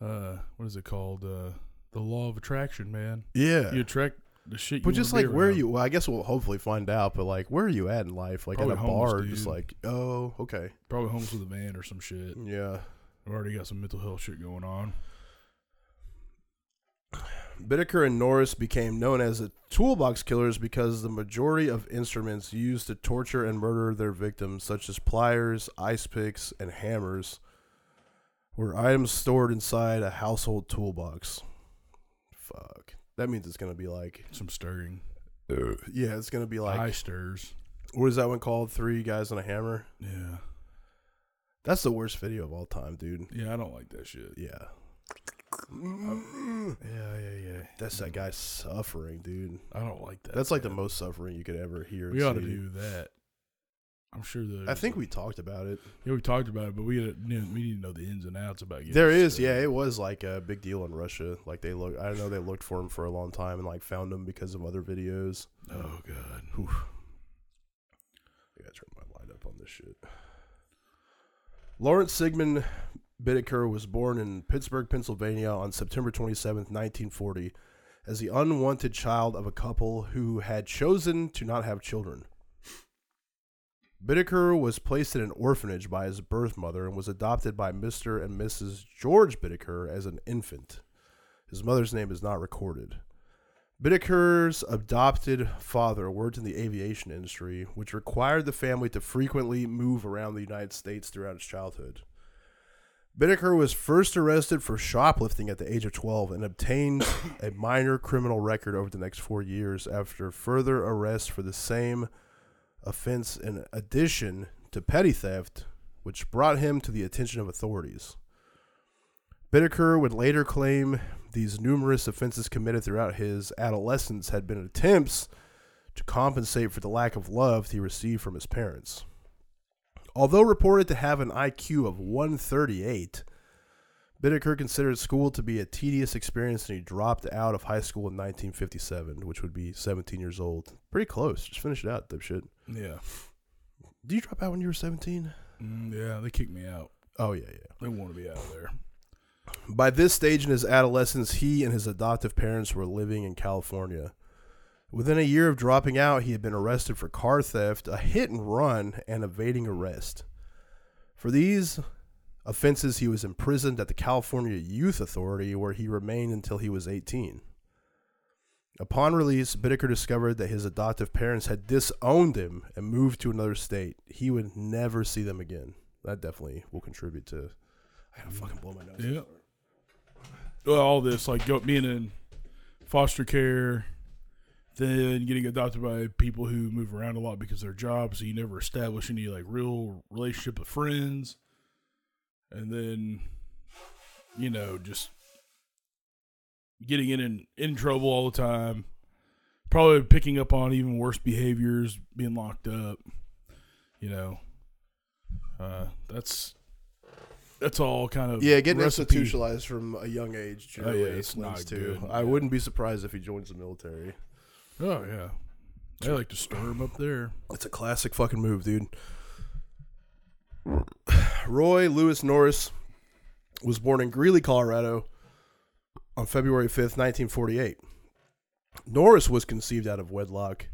Speaker 1: uh, uh, what is it called? Uh, the law of attraction, man.
Speaker 2: Yeah.
Speaker 1: You attract the shit you
Speaker 2: but just
Speaker 1: wanna
Speaker 2: like,
Speaker 1: be
Speaker 2: where are
Speaker 1: around.
Speaker 2: you? Well, I guess we'll hopefully find out. But like, where are you at in life? Like
Speaker 1: Probably
Speaker 2: at a
Speaker 1: homeless,
Speaker 2: bar,
Speaker 1: dude.
Speaker 2: just like, oh, okay,
Speaker 1: Probably homeless with a van or some shit.
Speaker 2: yeah.
Speaker 1: I've already got some mental health shit going on.
Speaker 2: Bittaker and Norris became known as the toolbox killers because the majority of instruments used to torture and murder their victims, such as pliers, ice picks, and hammers, were items stored inside a household toolbox. Fuck. That means it's going to be like,
Speaker 1: Some stirring.
Speaker 2: yeah, it's going to be like,
Speaker 1: Eye stirs.
Speaker 2: what is that one called? Three guys on a hammer?
Speaker 1: Yeah.
Speaker 2: That's the worst video of all time, dude.
Speaker 1: Yeah, I don't like that shit.
Speaker 2: Yeah. yeah, yeah, yeah. That's that guy suffering, dude.
Speaker 1: I don't like that.
Speaker 2: That's like the
Speaker 1: man.
Speaker 2: most suffering you could ever hear.
Speaker 1: We ought to
Speaker 2: see.
Speaker 1: do that. I'm sure the.
Speaker 2: I think we talked about it.
Speaker 1: yeah, we talked about it, but we gotta, you know, we need to know the ins and outs about getting
Speaker 2: there is,
Speaker 1: stirred.
Speaker 2: yeah, it was like a big deal in Russia. Like they look, I know they looked for him for a long time and like found him because of other videos.
Speaker 1: Oh god.
Speaker 2: I gotta turn my light up on this shit. Lawrence Sigmund Bittaker was born in Pittsburgh, Pennsylvania on September 27th, 1940, as the unwanted child of a couple who had chosen to not have children. Bittaker was placed in an orphanage by his birth mother and was adopted by Mr. and Mrs. George Bittaker as an infant. His mother's name is not recorded. Bittaker's adopted father worked in the aviation industry, which required the family to frequently move around the United States throughout his childhood. Bittaker was first arrested for shoplifting at the age of 12 and obtained a minor criminal record over the next four years after further arrests for the same offense in addition to petty theft, which brought him to the attention of authorities. Bittaker would later claim these numerous offenses committed throughout his adolescence had been attempts to compensate for the lack of love he received from his parents. Although reported to have an IQ of 138, Bittaker considered school to be a tedious experience and he dropped out of high school in 1957, which would be 17 years old. Pretty close. Just finish it out, dipshit.
Speaker 1: Yeah.
Speaker 2: Did you drop out when you were 17?
Speaker 1: Mm, yeah, they kicked me out.
Speaker 2: Oh, yeah, yeah.
Speaker 1: They want to be out of there.
Speaker 2: By this stage in his adolescence, he and his adoptive parents were living in California. Within a year of dropping out, he had been arrested for car theft, a hit and run, and evading arrest. For these offenses, he was imprisoned at the California Youth Authority, where he remained until he was 18. Upon release, Bittaker discovered that his adoptive parents had disowned him and moved to another state. He would never see them again. That definitely will contribute to. I gotta fucking blow my nose.
Speaker 1: Yeah. Well, all this like go, being in foster care, then getting adopted by people who move around a lot because of their jobs, so you never establish any like real relationship with friends, and then you know just getting in and in trouble all the time, probably picking up on even worse behaviors, being locked up, you know. Uh, that's that's all kind of
Speaker 2: Yeah, getting
Speaker 1: recipe-
Speaker 2: institutionalized from a young age generally
Speaker 1: Oh, yeah, it's
Speaker 2: explains
Speaker 1: not
Speaker 2: too.
Speaker 1: good.
Speaker 2: I wouldn't be surprised if he joins the military.
Speaker 1: Oh yeah, they like to stir him up there.
Speaker 2: It's a classic fucking move, dude. Roy Lewis Norris was born in Greeley, Colorado on February 5th, 1948. Norris was conceived out of wedlock.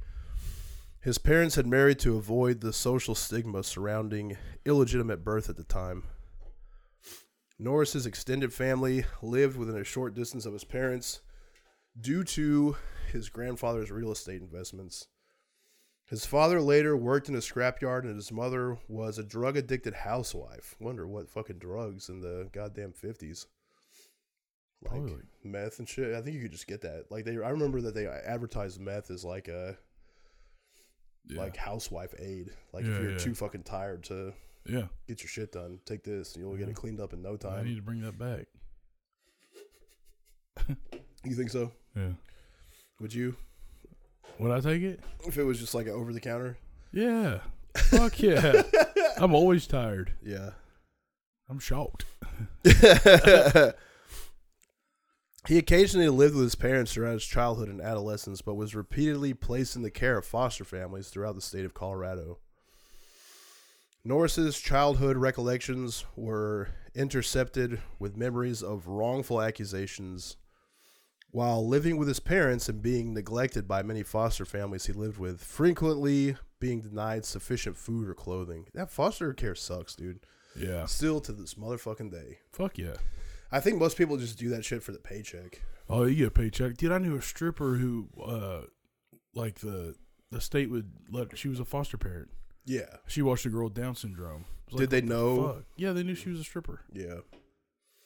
Speaker 2: His parents had married to avoid the social stigma surrounding illegitimate birth at the time. Norris's extended family lived within a short distance of his parents due to his grandfather's real estate investments. His father later worked in a scrapyard, and his mother was a drug addicted housewife. Wonder what fucking drugs in the goddamn fifties, like
Speaker 1: Probably.
Speaker 2: meth and shit. I think you could just get that. Like they, I remember that they advertised meth as like a
Speaker 1: Yeah.
Speaker 2: like housewife aid. Like
Speaker 1: Yeah,
Speaker 2: if you're
Speaker 1: yeah.
Speaker 2: too fucking tired to
Speaker 1: yeah,
Speaker 2: get your shit done, take this, and you'll get it cleaned up in no
Speaker 1: I
Speaker 2: time.
Speaker 1: need to bring that back.
Speaker 2: You think so?
Speaker 1: Yeah,
Speaker 2: Would you?
Speaker 1: would I take it?
Speaker 2: If it was just like an over the counter?
Speaker 1: Yeah, fuck yeah. I'm always tired.
Speaker 2: Yeah.
Speaker 1: I'm shocked.
Speaker 2: he occasionally lived with his parents throughout his childhood and adolescence, but was repeatedly placed in the care of foster families throughout the state of Colorado. Norris's childhood recollections were intercepted with memories of wrongful accusations. While living with his parents and being neglected by many foster families he lived with, frequently being denied sufficient food or clothing. That foster care sucks, dude.
Speaker 1: Yeah,
Speaker 2: Still to this motherfucking day.
Speaker 1: fuck yeah.
Speaker 2: I think most people just do that shit for the paycheck.
Speaker 1: Oh, you get a paycheck, dude. I knew a stripper who, uh, like the the state would let. She was a foster parent.
Speaker 2: Yeah.
Speaker 1: She watched a girl with Down syndrome. It was
Speaker 2: Did they
Speaker 1: what the
Speaker 2: know?
Speaker 1: fuck? Yeah, they knew she was a stripper.
Speaker 2: Yeah.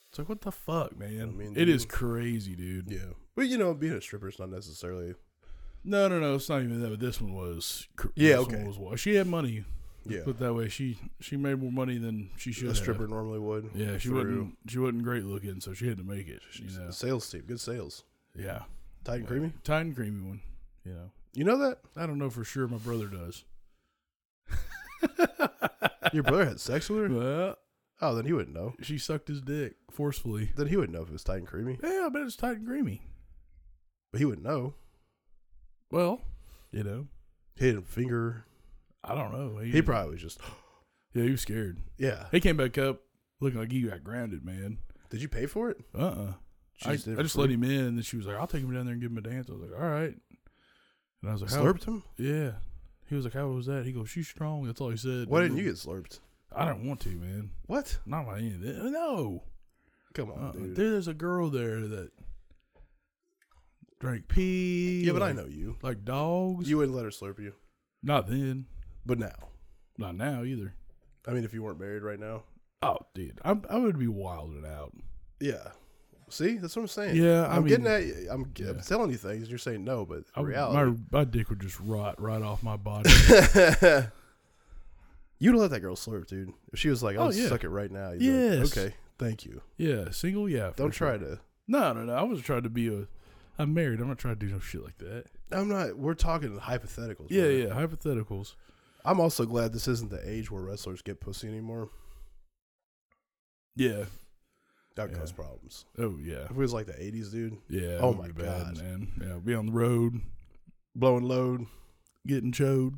Speaker 1: It's like what the fuck, man.
Speaker 2: I mean,
Speaker 1: it is
Speaker 2: dude.
Speaker 1: crazy, dude.
Speaker 2: Yeah. But you know, being a stripper is not necessarily.
Speaker 1: No, no, no. It's not even that. But this one was. cr-
Speaker 2: Yeah,
Speaker 1: this one
Speaker 2: okay.
Speaker 1: was wa- she had money.
Speaker 2: Yeah.
Speaker 1: Put it that way, she she made more money than she should.
Speaker 2: A
Speaker 1: have.
Speaker 2: stripper normally would.
Speaker 1: Yeah, she
Speaker 2: Through.
Speaker 1: wasn't she wasn't great looking, so she had to make it. You know.
Speaker 2: Sales team. Good sales.
Speaker 1: Yeah.
Speaker 2: Tight and creamy.
Speaker 1: Tight and creamy one. You know.
Speaker 2: You know that?
Speaker 1: I don't know for sure. My brother does.
Speaker 2: Your brother had sex with her?
Speaker 1: Well,
Speaker 2: Oh, then he wouldn't know.
Speaker 1: she sucked his dick forcefully.
Speaker 2: Then he wouldn't know if it was tight and creamy.
Speaker 1: Yeah, I bet it's tight and creamy.
Speaker 2: But he wouldn't know.
Speaker 1: Well, you know,
Speaker 2: He didn't finger.
Speaker 1: I don't know. He,
Speaker 2: He probably was just.
Speaker 1: yeah, he was scared.
Speaker 2: Yeah.
Speaker 1: He came back up looking like he got grounded, man.
Speaker 2: Did you pay for it?
Speaker 1: Uh uh
Speaker 2: She
Speaker 1: I, I
Speaker 2: did it
Speaker 1: just
Speaker 2: for
Speaker 1: let
Speaker 2: free?
Speaker 1: him in, and then she was like, "I'll take him down there and give him a dance." I was like, "All right," and I was like, "How?"
Speaker 2: Slurped him?
Speaker 1: Yeah. He was like, "How was that?" He goes, "She's strong." That's all he said.
Speaker 2: Why didn't you get slurped?
Speaker 1: I don't want to, man.
Speaker 2: What?
Speaker 1: Not like any of that. No.
Speaker 2: Come on,
Speaker 1: Uh,
Speaker 2: dude.
Speaker 1: dude. There's a girl there that drank pee.
Speaker 2: Yeah, but I
Speaker 1: like-
Speaker 2: know you.
Speaker 1: Like dogs.
Speaker 2: You wouldn't let her slurp you.
Speaker 1: Not then.
Speaker 2: But now.
Speaker 1: Not now either.
Speaker 2: I mean, if you weren't married right now.
Speaker 1: Oh, dude, I'm, I would be wilding out.
Speaker 2: Yeah. See, that's what I'm saying.
Speaker 1: Yeah, I
Speaker 2: I'm
Speaker 1: mean-
Speaker 2: getting at you. I'm, I'm
Speaker 1: Yeah.
Speaker 2: telling you things, and you're saying no, but
Speaker 1: I
Speaker 2: in
Speaker 1: would-
Speaker 2: reality,
Speaker 1: my my dick would just rot right off my body.
Speaker 2: you'd let that girl slurp, dude. If she was like, "I'll
Speaker 1: Oh, yeah.
Speaker 2: suck it right now," you'd be like,
Speaker 1: Yes.
Speaker 2: okay, thank you.
Speaker 1: yeah, single. Yeah, for
Speaker 2: Don't
Speaker 1: sure.
Speaker 2: try to.
Speaker 1: No, no, no. I was trying to be a. I'm married. I'm not trying to do no shit like that.
Speaker 2: I'm not. We're talking hypotheticals.
Speaker 1: Yeah,
Speaker 2: brother.
Speaker 1: yeah. Hypotheticals.
Speaker 2: I'm also glad this isn't the age where wrestlers get pussy anymore.
Speaker 1: Yeah.
Speaker 2: That
Speaker 1: Yeah.
Speaker 2: cause problems.
Speaker 1: Oh yeah.
Speaker 2: If it was like the '80s, dude,
Speaker 1: Yeah.
Speaker 2: Oh,
Speaker 1: it would
Speaker 2: my
Speaker 1: be bad,
Speaker 2: God.
Speaker 1: man. Yeah, be on the road,
Speaker 2: blowing load,
Speaker 1: getting chode.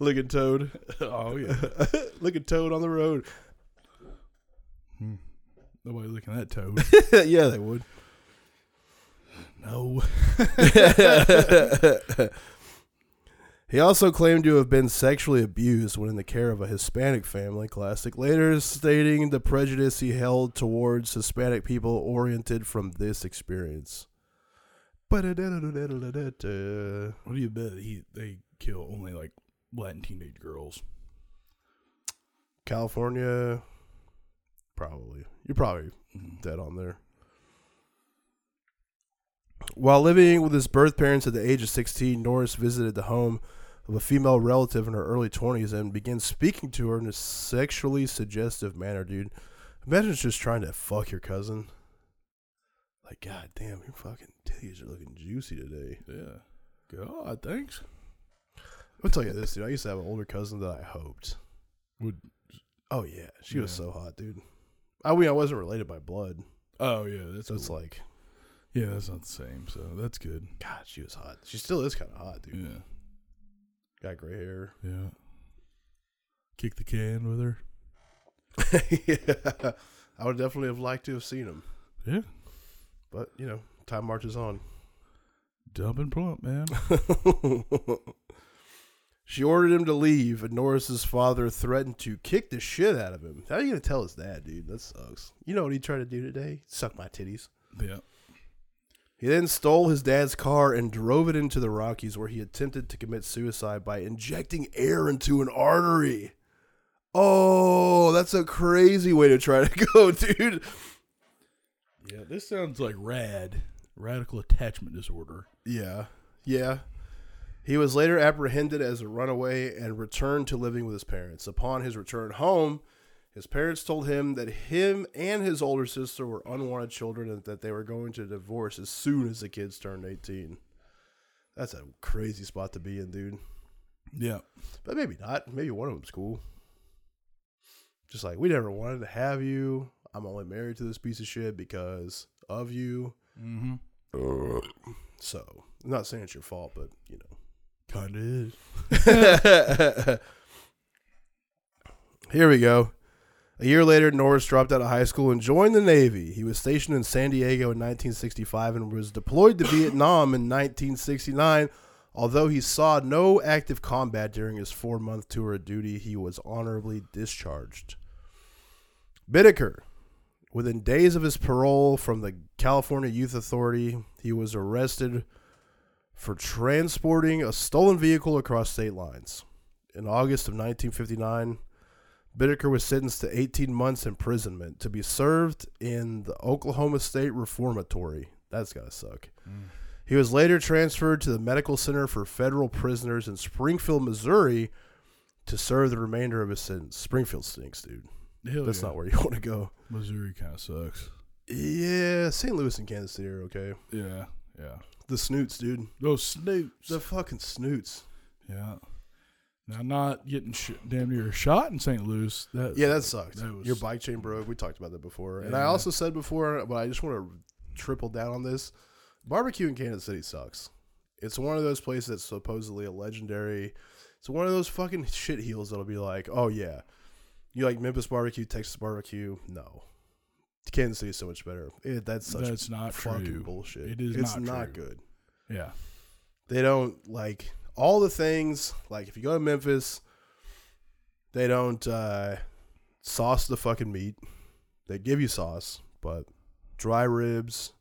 Speaker 2: looking toad,
Speaker 1: oh yeah.
Speaker 2: looking toad on the road.
Speaker 1: Nobody looking at that toad.
Speaker 2: yeah, they would.
Speaker 1: no.
Speaker 2: he also claimed to have been sexually abused when in the care of a Hispanic family, classic, later stating the prejudice he held towards Hispanic people oriented from this experience. Ba-da-da-da-da-da-da-da.
Speaker 1: What do you bet he they kill only like Latin teenage girls?
Speaker 2: California, probably. You're probably dead on there. While living with his birth parents at the age of 16, Norris visited the home of a female relative in her early 20s and began speaking to her in a sexually suggestive manner, dude. Imagine just trying to fuck your cousin. Like, god damn, your fucking titties are looking juicy today.
Speaker 1: Yeah. God, thanks.
Speaker 2: I'll tell you this, dude. I used to have an older cousin that I hoped.
Speaker 1: Would
Speaker 2: Oh, yeah. She was
Speaker 1: Yeah.
Speaker 2: so hot, dude. I mean, I wasn't related by blood.
Speaker 1: oh yeah, that's
Speaker 2: So it's
Speaker 1: cool.
Speaker 2: like,
Speaker 1: yeah, that's not the same. So that's good.
Speaker 2: God, she was hot. She still is kind of hot, dude.
Speaker 1: Yeah,
Speaker 2: Got gray hair.
Speaker 1: yeah. Kick the can with her.
Speaker 2: yeah. I would definitely have liked to have seen him,
Speaker 1: Yeah,
Speaker 2: but you know, time marches on.
Speaker 1: dump and plump, man.
Speaker 2: she ordered him to leave, and Norris's father threatened to kick the shit out of him. How are you gonna tell his dad, dude? That sucks. You know what he tried to do today? Suck my titties.
Speaker 1: yeah.
Speaker 2: He then stole his dad's car and drove it into the Rockies, where he attempted to commit suicide by injecting air into an artery. Oh, that's a crazy way to try to go, dude.
Speaker 1: Yeah, this sounds like rad. Radical attachment disorder.
Speaker 2: Yeah, yeah. He was later apprehended as a runaway and returned to living with his parents. Upon his return home, his parents told him that him and his older sister were unwanted children and that they were going to divorce as soon as the kids turned 18. That's a crazy spot to be in, dude.
Speaker 1: Yeah.
Speaker 2: But maybe not. Maybe one of them's cool. Just like we never wanted to have you. I'm only married to this piece of shit because of you.
Speaker 1: Mm-hmm.
Speaker 2: So I'm not saying it's your fault, but you
Speaker 1: Kinda is.
Speaker 2: know. Here we go. A year later, Norris dropped out of high school and joined the Navy. He was stationed in San Diego in 1965 and was deployed to Vietnam in 1969. Although he saw no active combat during his four month tour of duty, he was honorably discharged. Bittaker Within days of his parole from the California Youth Authority, he was arrested for transporting a stolen vehicle across state lines. In August of 1959, Bittaker was sentenced to 18 months imprisonment to be served in the Oklahoma State Reformatory. That's got to suck. He was later transferred to the Medical Center for Federal Prisoners in Springfield, Missouri to serve the remainder of his sentence. Springfield stinks, dude.
Speaker 1: Hell
Speaker 2: That's
Speaker 1: Oh, yeah.
Speaker 2: not where you want to go.
Speaker 1: Missouri kind of sucks.
Speaker 2: Yeah, St. Louis and Kansas City are okay.
Speaker 1: Yeah, yeah.
Speaker 2: The snoots, dude.
Speaker 1: Those snoots.
Speaker 2: The fucking snoots.
Speaker 1: yeah. Now, not getting sh- damn near shot in St. Louis. That,
Speaker 2: Yeah, that sucked.
Speaker 1: That was-
Speaker 2: Your bike chain broke. We talked about that before. And I
Speaker 1: Yeah.
Speaker 2: also said before, but I just want to triple down on this. Barbecue in Kansas City sucks. It's one of those places that's supposedly a legendary. It's one of those fucking shit heels that'll be like, oh yeah, you like Memphis barbecue, Texas barbecue? No, Kansas City's so much better. It, that's such
Speaker 1: that's not
Speaker 2: fucking
Speaker 1: true.
Speaker 2: bullshit.
Speaker 1: It is
Speaker 2: It's
Speaker 1: not
Speaker 2: not
Speaker 1: true.
Speaker 2: good.
Speaker 1: Yeah.
Speaker 2: they don't like all the things like if you go to memphis they don't uh sauce the fucking meat they give you sauce but dry ribs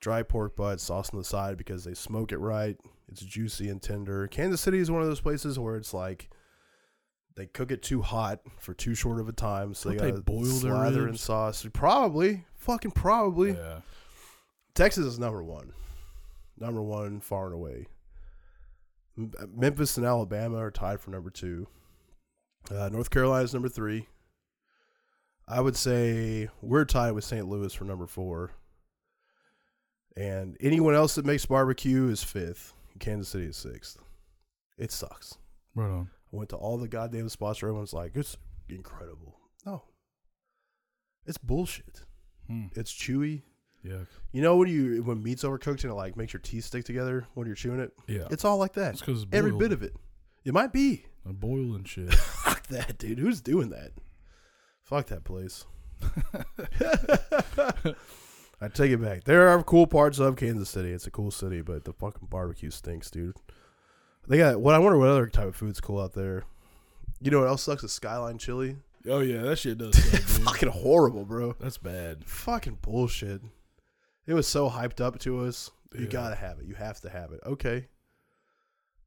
Speaker 2: dry pork butt sauce on the side because they smoke it right it's juicy and tender kansas city is one of those places where it's like they cook it too hot for too short of a time so they
Speaker 1: Don't they
Speaker 2: gotta
Speaker 1: boil their
Speaker 2: slather in
Speaker 1: ribs?
Speaker 2: sauce probably fucking probably
Speaker 1: Yeah.
Speaker 2: Texas is number one, number one far and away. M- uh, Memphis and Alabama are tied for number two. Uh, North Carolina is number three. I would say we're tied with St. Louis for number four. And anyone else that makes barbecue is fifth. Kansas City is sixth. It sucks.
Speaker 1: Right on.
Speaker 2: I went to all the goddamn spots where everyone's like, it's incredible. No. It's bullshit.
Speaker 1: Hmm.
Speaker 2: It's chewy.
Speaker 1: Yeah.
Speaker 2: You know when you when meat's overcooked and it like makes your teeth stick together when you're chewing it?
Speaker 1: Yeah.
Speaker 2: It's all like that.
Speaker 1: It's 'cause it's
Speaker 2: Every
Speaker 1: boiled.
Speaker 2: bit of it. It might be.
Speaker 1: I'm boiling shit.
Speaker 2: Fuck that, dude. Who's doing that? Fuck that place. I take it back. There are cool parts of Kansas City. It's a cool city, but the fucking barbecue stinks, dude. They got what I wonder what other type of food's cool out there. You know what else sucks is skyline chili.
Speaker 1: oh, yeah. That shit does suck, dude.
Speaker 2: Fucking horrible, bro.
Speaker 1: That's bad.
Speaker 2: Fucking bullshit. It was so hyped up to us. You
Speaker 1: Yeah.
Speaker 2: gotta have it. You have to have it. Okay.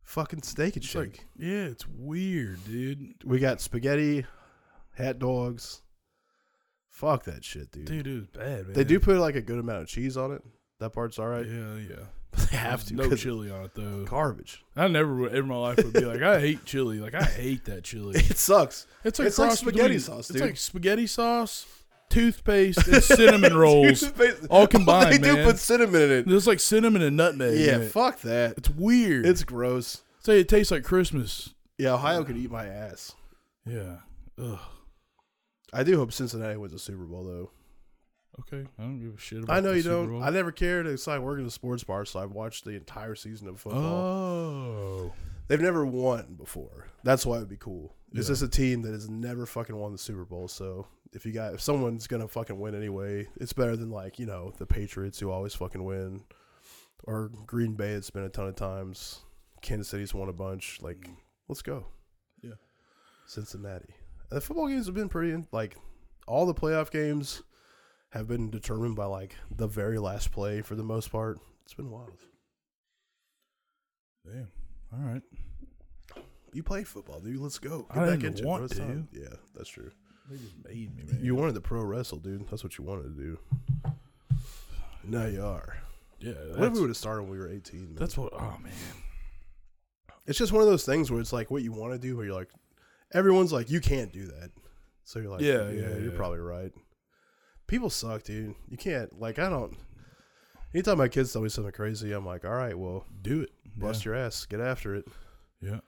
Speaker 2: Fucking steak and
Speaker 1: It's
Speaker 2: shake.
Speaker 1: like, yeah, it's weird, dude.
Speaker 2: we got spaghetti, hot dogs. Fuck that shit, dude.
Speaker 1: Dude, it was bad, man.
Speaker 2: they do put like a good amount of cheese on it. That part's all right.
Speaker 1: Yeah, yeah.
Speaker 2: They have to.
Speaker 1: No
Speaker 2: 'cause
Speaker 1: chili on it, though.
Speaker 2: it's Garbage.
Speaker 1: I never would, ever in my life would be like, I hate chili. Like, I hate that chili.
Speaker 2: It sucks.
Speaker 1: It's
Speaker 2: like
Speaker 1: like,
Speaker 2: It's like
Speaker 1: cross
Speaker 2: spaghetti
Speaker 1: between-
Speaker 2: sauce, dude.
Speaker 1: It's like spaghetti sauce, toothpaste, and cinnamon rolls. all combined,
Speaker 2: They do
Speaker 1: man.
Speaker 2: put cinnamon in it.
Speaker 1: There's like cinnamon and nutmeg.
Speaker 2: Yeah,
Speaker 1: in it.
Speaker 2: fuck that.
Speaker 1: it's weird.
Speaker 2: It's gross.
Speaker 1: say it tastes like Christmas.
Speaker 2: Yeah, Ohio could eat my ass.
Speaker 1: Yeah. Ugh.
Speaker 2: I do hope Cincinnati wins the Super Bowl though.
Speaker 1: Okay. I don't give a shit about.
Speaker 2: I know
Speaker 1: the
Speaker 2: you
Speaker 1: Super
Speaker 2: don't.
Speaker 1: Bowl.
Speaker 2: I never cared. It's like working at a sports bar, so I've watched the entire season of football.
Speaker 1: Oh.
Speaker 2: They've never won before. That's why it would be cool. It's
Speaker 1: Yeah.
Speaker 2: just a team that has never fucking won the Super Bowl. So if you got if someone's gonna fucking win anyway, it's better than like you know the Patriots who always fucking win, or Green Bay that's been a ton of times. Kansas City's won a bunch. Like, let's go.
Speaker 1: Mm. Yeah.
Speaker 2: Cincinnati. The football games have been pretty in- like all the playoff games have been determined by like the very last play for the most part. It's been wild.
Speaker 1: Damn. All right.
Speaker 2: You play football, dude. Let's go.
Speaker 1: I didn't
Speaker 2: it,
Speaker 1: want
Speaker 2: bro. It's
Speaker 1: to.
Speaker 2: time. Yeah, that's true.
Speaker 1: They just made me, man.
Speaker 2: You wanted to pro wrestle, dude. That's what you wanted to do. Now you are.
Speaker 1: yeah.
Speaker 2: what if
Speaker 1: That's,
Speaker 2: we would have started when we were 18? man?
Speaker 1: that's what. Oh man.
Speaker 2: it's just one of those things where it's like what you want to do, where you're like, everyone's like, you can't do that. So you're like,
Speaker 1: Yeah, yeah, yeah.
Speaker 2: you're probably right. People suck, dude. You can't, like, I don't. Anytime my kids tell me something crazy, I'm like, all right, well,
Speaker 1: Do it.
Speaker 2: bust your ass, get after it.
Speaker 1: Yeah.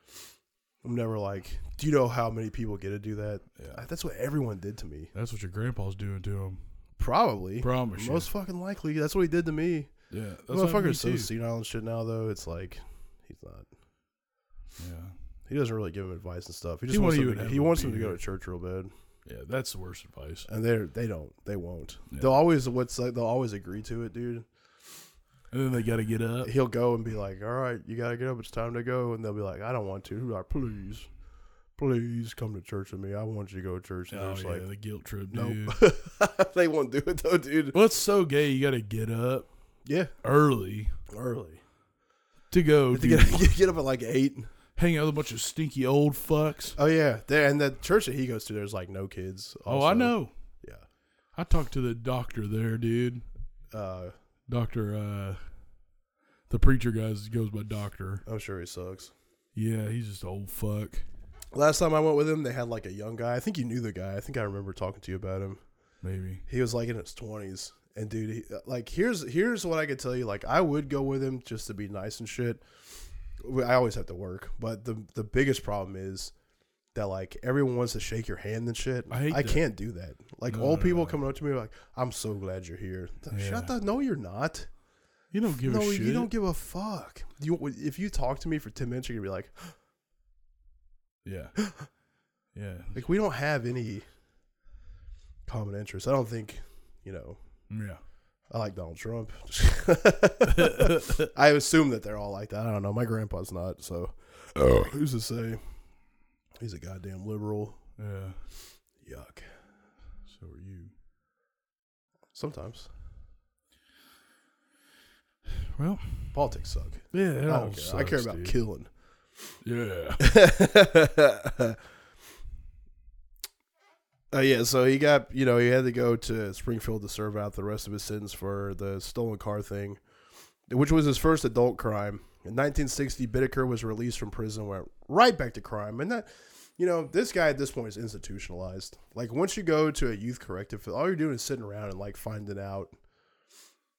Speaker 2: I'm never like, do you know how many people get to do that?
Speaker 1: Yeah.
Speaker 2: That's what everyone did to me.
Speaker 1: That's what your grandpa's doing to him.
Speaker 2: Probably.
Speaker 1: Promise
Speaker 2: Most fucking likely. That's what he did to me.
Speaker 1: you. Yeah. That's what me
Speaker 2: Motherfucker's so
Speaker 1: too.
Speaker 2: senile and shit now, though. It's like, he's not.
Speaker 1: Yeah.
Speaker 2: He doesn't really give him advice and stuff. He
Speaker 1: He
Speaker 2: just wants,
Speaker 1: won't
Speaker 2: him
Speaker 1: even
Speaker 2: to,
Speaker 1: have
Speaker 2: he
Speaker 1: a
Speaker 2: wants him to
Speaker 1: beer.
Speaker 2: go to church real bad.
Speaker 1: Yeah. That's the worst advice.
Speaker 2: And they're, they don't. They won't.
Speaker 1: Yeah.
Speaker 2: They'll always, what's like, they'll always agree to it, dude.
Speaker 1: And then they got to get up.
Speaker 2: He'll go and be like, all right, you got to get up. It's time to go. And they'll be like, I don't want to. He'll be like, please, please come to church with me. I want you to go to church. And
Speaker 1: Oh,
Speaker 2: they're just
Speaker 1: yeah,
Speaker 2: like,
Speaker 1: the guilt trip, dude.
Speaker 2: nope. they won't do it though, dude.
Speaker 1: well, it's so gay. You got to get up
Speaker 2: Yeah,
Speaker 1: early
Speaker 2: early.
Speaker 1: to go
Speaker 2: To
Speaker 1: do-
Speaker 2: get, you get up at like eight.
Speaker 1: hang out with a bunch of stinky old fucks.
Speaker 2: Oh yeah, there, and the church that he goes to, there's like no kids.
Speaker 1: Oh, I
Speaker 2: also.
Speaker 1: know.
Speaker 2: Yeah.
Speaker 1: I talked to the doctor there, dude.
Speaker 2: Uh,
Speaker 1: Doctor, uh, the preacher guys goes by doctor.
Speaker 2: I'm sure he sucks.
Speaker 1: Yeah, he's just an old fuck.
Speaker 2: Last time I went with him, they had like a young guy. I think you knew the guy. I think I remember talking to you about him.
Speaker 1: Maybe.
Speaker 2: He was like in his 20s. And dude, he, uh, like here's here's what I could tell you. Like I would go with him just to be nice and shit. We- I always have to work, but the the biggest problem is that like everyone wants to shake your hand and shit.
Speaker 1: I hate that.
Speaker 2: can't do that. Like
Speaker 1: No,
Speaker 2: old
Speaker 1: no,
Speaker 2: people
Speaker 1: no.
Speaker 2: coming up to me like, "I'm so glad you're here."
Speaker 1: Yeah.
Speaker 2: Shut the no, you're not.
Speaker 1: You don't give
Speaker 2: no,
Speaker 1: a shit.
Speaker 2: you don't give a fuck. You if you talk to me for ten minutes, you're gonna be like,
Speaker 1: yeah. Yeah.
Speaker 2: like we don't have any common interests. I don't think, you know,
Speaker 1: Mm, Yeah.
Speaker 2: I like Donald Trump. I assume that they're all like that. I don't know. My grandpa's not, so who's to say? He's a goddamn liberal.
Speaker 1: Yeah.
Speaker 2: Yuck.
Speaker 1: So are you.
Speaker 2: Sometimes
Speaker 1: Well,
Speaker 2: politics suck.
Speaker 1: yeah. It
Speaker 2: I,
Speaker 1: all
Speaker 2: don't care. I care
Speaker 1: sucks,
Speaker 2: about
Speaker 1: dude.
Speaker 2: killing.
Speaker 1: Yeah.
Speaker 2: Uh, yeah, so he got, you know, he had to go to Springfield to serve out the rest of his sentence for the stolen car thing, which was his first adult crime. In 1960, Bittaker was released from prison and went right back to crime. And that, you know, this guy at this point is institutionalized. Like, once you go to a youth corrective, all you're doing is sitting around and, like, finding out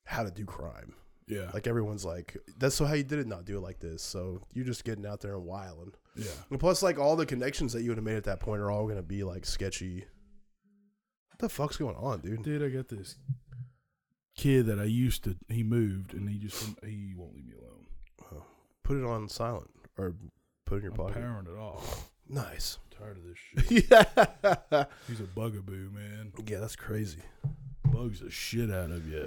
Speaker 2: how to do crime.
Speaker 1: Yeah.
Speaker 2: Like, everyone's like, that's so how you did it, not do it like this. So you're just getting out there and wiling.
Speaker 1: yeah.
Speaker 2: And plus, like all the connections that you would have made at that point are all going to be like sketchy. What the fuck's going on, dude?
Speaker 1: Dude, I got this kid that I used to. He moved, and he just he won't leave me alone.
Speaker 2: Put it on silent or put it in your
Speaker 1: I'm
Speaker 2: pocket.
Speaker 1: powering it off.
Speaker 2: Nice.
Speaker 1: I'm tired of this shit.
Speaker 2: yeah.
Speaker 1: He's a bugaboo, man.
Speaker 2: Yeah, that's crazy.
Speaker 1: Bugs the shit out of you.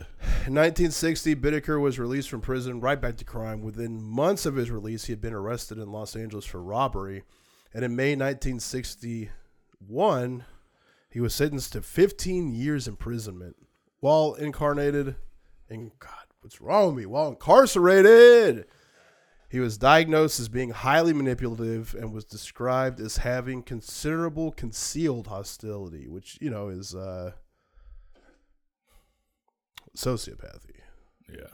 Speaker 2: In 1960, Bittaker was released from prison right back to crime. Within months of his release, he had been arrested in Los Angeles for robbery. And in May 1961, he was sentenced to 15 years imprisonment while incarnated. And God, what's wrong with me? While incarcerated, he was diagnosed as being highly manipulative and was described as having considerable concealed hostility, which, you know, is uh, sociopathy
Speaker 1: Yeah.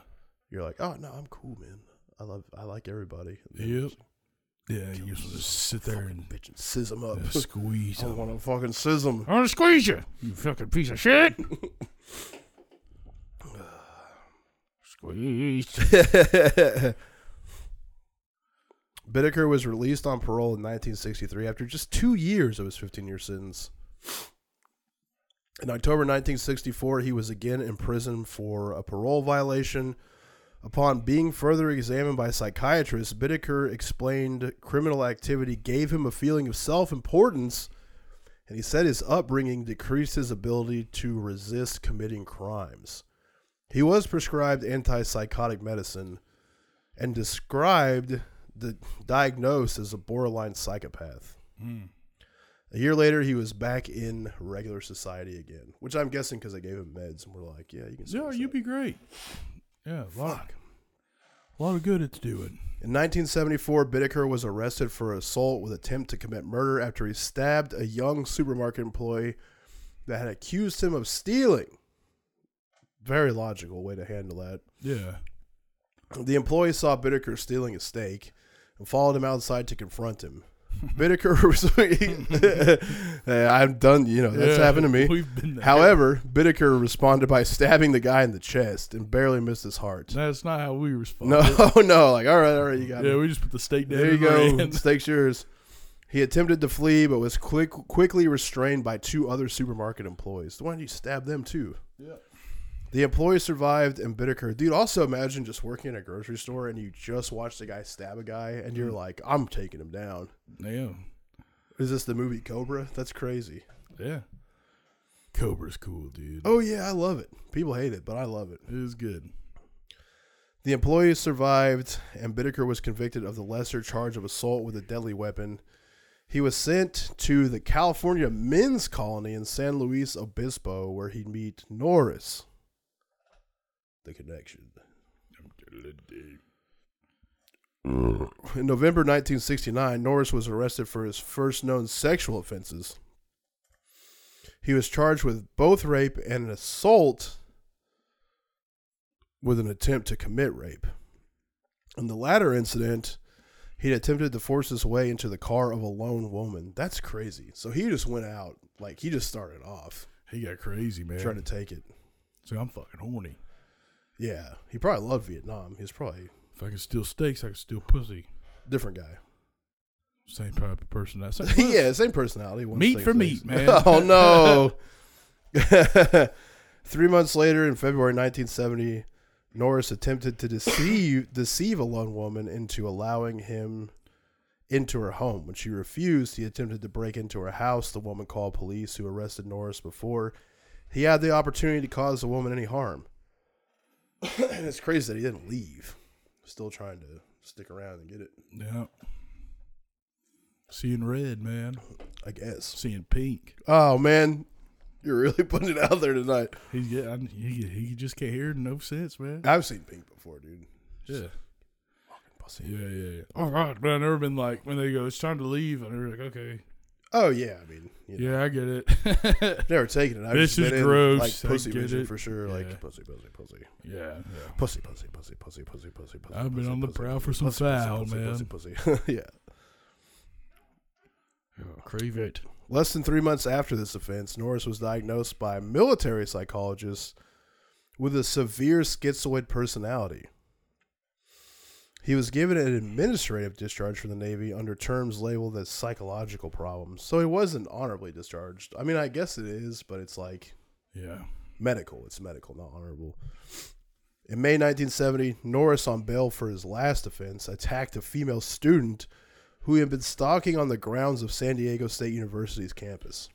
Speaker 2: you're like, oh no, I'm cool, man. I love, I like everybody. And then
Speaker 1: Yep.
Speaker 2: just
Speaker 1: Yeah. You just wanna sit there and
Speaker 2: bitch and sizz 'em up.
Speaker 1: uh, squeeze.
Speaker 2: I
Speaker 1: him.
Speaker 2: want to fucking sizz 'em.
Speaker 1: I want to squeeze you, you fucking piece of shit. Squeeze.
Speaker 2: Bittaker was released on parole in 1963 after just two years of his 15 year sentence. In October 1964, he was again imprisoned for a parole violation. Upon being further examined by psychiatrists, Bittaker explained criminal activity gave him a feeling of self importance, and he said his upbringing decreased his ability to resist committing crimes. He was prescribed antipsychotic medicine and described the diagnosed as a borderline psychopath. A year later, he was back in regular society again, which I'm guessing because I gave him meds and we're like, yeah, you can.
Speaker 1: Yeah,
Speaker 2: suicide.
Speaker 1: you'd be great. Yeah, a lot,
Speaker 2: Fuck.
Speaker 1: a lot of good it's doing.
Speaker 2: In 1974, Bittaker was arrested for assault with attempt to commit murder after he stabbed a young supermarket employee that had accused him of stealing. Very logical way to handle that.
Speaker 1: Yeah.
Speaker 2: The employee saw Bittaker stealing a steak and followed him outside to confront him. Bittaker was. Hey, I'm done. You know, that's
Speaker 1: Yeah,
Speaker 2: happened to me.
Speaker 1: We've been there.
Speaker 2: However, Bittaker responded by stabbing the guy in the chest and barely missed his heart.
Speaker 1: that's not how we respond.
Speaker 2: No, no. Like, all right, all right, you got it.
Speaker 1: Yeah, we just put the steak down.
Speaker 2: There you
Speaker 1: and ran.
Speaker 2: go. Stakes yours. He attempted to flee, but was quick, quickly restrained by two other supermarket employees. Why didn't you stab them too?
Speaker 1: Yeah.
Speaker 2: The employee survived, and Bittaker. Dude, also imagine just working in a grocery store and you just watched a guy stab a guy, and you're like, "I'm taking him down."
Speaker 1: Damn.
Speaker 2: Is this the movie Cobra? That's crazy.
Speaker 1: Yeah. Cobra's cool, dude.
Speaker 2: Oh yeah, I love it. People hate it, but I love it.
Speaker 1: It is good.
Speaker 2: The employee survived, and Bittaker was convicted of the lesser charge of assault with a deadly weapon. He was sent to the California men's colony in San Luis Obispo, where he'd meet Norris. The connection.
Speaker 1: I'm getting it deep.
Speaker 2: In November 1969, Norris was arrested for his first known sexual offenses. He was charged with both rape and an assault with an attempt to commit rape. In the latter incident, he'd attempted to force his way into the car of a lone woman. That's crazy. So he just went out, like, he just started off
Speaker 1: He got crazy, man.
Speaker 2: trying to take it.
Speaker 1: so I'm fucking horny.
Speaker 2: Yeah. He probably loved Vietnam. He was probably
Speaker 1: If I can steal steaks, I can steal pussy.
Speaker 2: a different guy.
Speaker 1: Same type of person. That's
Speaker 2: yeah, same personality. One
Speaker 1: Meat
Speaker 2: thing
Speaker 1: for meat,
Speaker 2: things.
Speaker 1: man.
Speaker 2: oh no. Three months later, in February 1970, Norris attempted to deceive deceive a lone woman into allowing him into her home. When she refused, he attempted to break into her house. The woman called police, who arrested Norris before he had the opportunity to cause the woman any harm. it's crazy that he didn't leave. Still trying to stick around and get it,
Speaker 1: Yeah. Seeing red, man.
Speaker 2: I guess.
Speaker 1: Seeing pink.
Speaker 2: Oh man, you're really putting it out there tonight.
Speaker 1: He's get, I, he, he just can't hear no sense, man.
Speaker 2: I've seen pink before, dude.
Speaker 1: Yeah.
Speaker 2: Pussy.
Speaker 1: Yeah, yeah, yeah. Oh, God. But I've never been like, when they go, it's time to leave. And they're like, okay.
Speaker 2: Oh yeah, I mean, you know,
Speaker 1: Yeah, I get it.
Speaker 2: never taken it. I've
Speaker 1: This
Speaker 2: just been
Speaker 1: is
Speaker 2: in,
Speaker 1: gross. I
Speaker 2: like pussy
Speaker 1: get
Speaker 2: vision
Speaker 1: it.
Speaker 2: for sure.
Speaker 1: Yeah.
Speaker 2: Like pussy, pussy, pussy,
Speaker 1: yeah, yeah.
Speaker 2: pussy, pussy, pussy, pussy, pussy, pussy. pussy
Speaker 1: I've been
Speaker 2: pussy,
Speaker 1: on the
Speaker 2: pussy,
Speaker 1: prowl
Speaker 2: pussy,
Speaker 1: for some
Speaker 2: pussy, pussy,
Speaker 1: foul,
Speaker 2: pussy,
Speaker 1: man.
Speaker 2: Pussy, pussy. yeah.
Speaker 1: Crave it.
Speaker 2: Less than three months after this offense, Norris was diagnosed by military psychologists with a severe schizoid personality. He was given an administrative discharge from the Navy under terms labeled as psychological problems. So he wasn't honorably discharged. I mean, I guess it is, but it's like
Speaker 1: Yeah.
Speaker 2: medical. It's medical, not honorable. In May 1970, Norris, on bail for his last offense, attacked a female student who had been stalking on the grounds of San Diego State University's campus.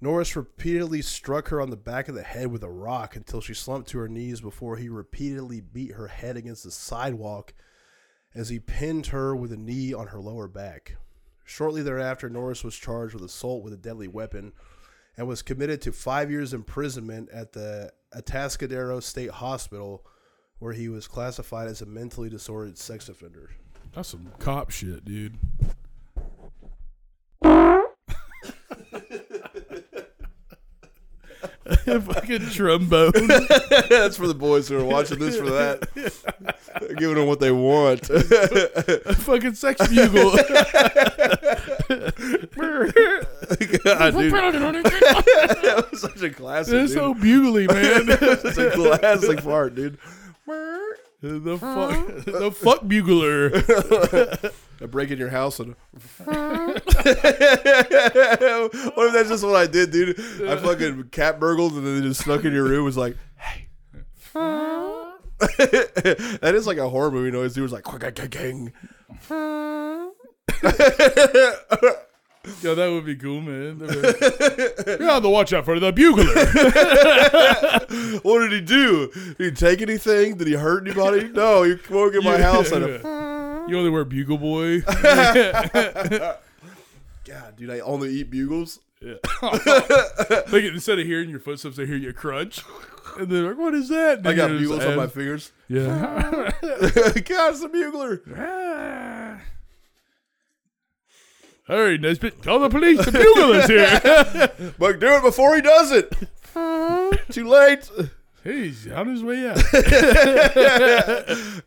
Speaker 2: Norris repeatedly struck her on the back of the head with a rock until she slumped to her knees before he repeatedly beat her head against the sidewalk as he pinned her with a knee on her lower back. Shortly thereafter, Norris was charged with assault with a deadly weapon and was committed to five years imprisonment at the Atascadero State Hospital, where he was classified as a mentally disordered sex offender.
Speaker 1: That's some cop shit, dude. Fucking trombone.
Speaker 2: That's for the boys who are watching this for that. giving them what they want.
Speaker 1: fucking sex bugle.
Speaker 2: God, dude,
Speaker 1: it's
Speaker 2: that was such a classic. Dude.
Speaker 1: so bugly, man.
Speaker 2: That's a classic part, dude.
Speaker 1: the fuck, the fuck bugler.
Speaker 2: I break in your house and. what if that's just what I did, dude? I fucking cat burgled and then just snuck in your room. Was like, hey. that is like a horror movie noise. Dude was like, "Quack, quack, quack, gang."
Speaker 1: Yo, that would be cool, man. You're on the watch out for the bugler.
Speaker 2: What did he do? Did he take anything? Did he hurt anybody? No, he woke in my house and a
Speaker 1: You only wear bugle boy.
Speaker 2: God, dude, I only eat bugles.
Speaker 1: Like instead of hearing your footsteps, they hear you crunch, and they're like, "What is that?"
Speaker 2: I got
Speaker 1: And you
Speaker 2: bugles
Speaker 1: just
Speaker 2: on my
Speaker 1: add-
Speaker 2: fingers.
Speaker 1: Yeah.
Speaker 2: God, it's a bugler.
Speaker 1: Hurry, Nesbitt! Call the police. The bugler's here.
Speaker 2: But do it before he does it. Too late.
Speaker 1: He's on his way out.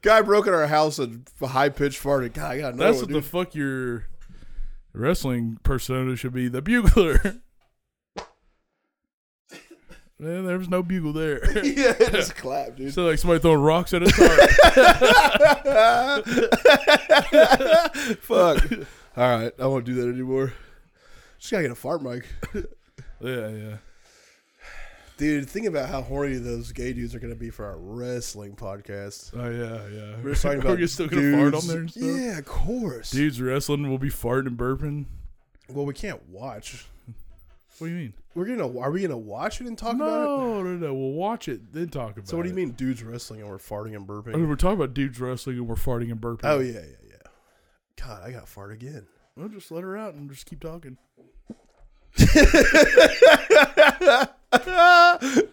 Speaker 2: Guy broke in our house and high pitched farted. God, I got another
Speaker 1: That's
Speaker 2: one,
Speaker 1: what the
Speaker 2: Oh, dude.
Speaker 1: fuck your wrestling persona should be. The bugler. Man, there was no bugle there.
Speaker 2: yeah, just clap, dude.
Speaker 1: So like somebody throwing rocks at a tarp.
Speaker 2: Fuck. All right, I won't do that anymore. Just gotta get a fart mic,
Speaker 1: yeah, yeah.
Speaker 2: dude. Think about how horny those gay dudes are gonna be for our wrestling podcast.
Speaker 1: Oh yeah, yeah.
Speaker 2: We're just talking about
Speaker 1: Are you still gonna fart on
Speaker 2: dudes.
Speaker 1: there and stuff?
Speaker 2: Yeah, of course.
Speaker 1: Dudes wrestling will be farting and burping.
Speaker 2: Well, we can't watch.
Speaker 1: What do you mean?
Speaker 2: We're gonna. Are we gonna watch it and talk about it?
Speaker 1: No, no, no. We'll watch it, then talk about it.
Speaker 2: So what do you mean, dudes wrestling and we're farting and
Speaker 1: I mean,
Speaker 2: burping?
Speaker 1: we're talking about dudes wrestling and we're farting and burping.
Speaker 2: Oh yeah, yeah, yeah. God, I got fart again.
Speaker 1: Well, just let her out and just keep talking.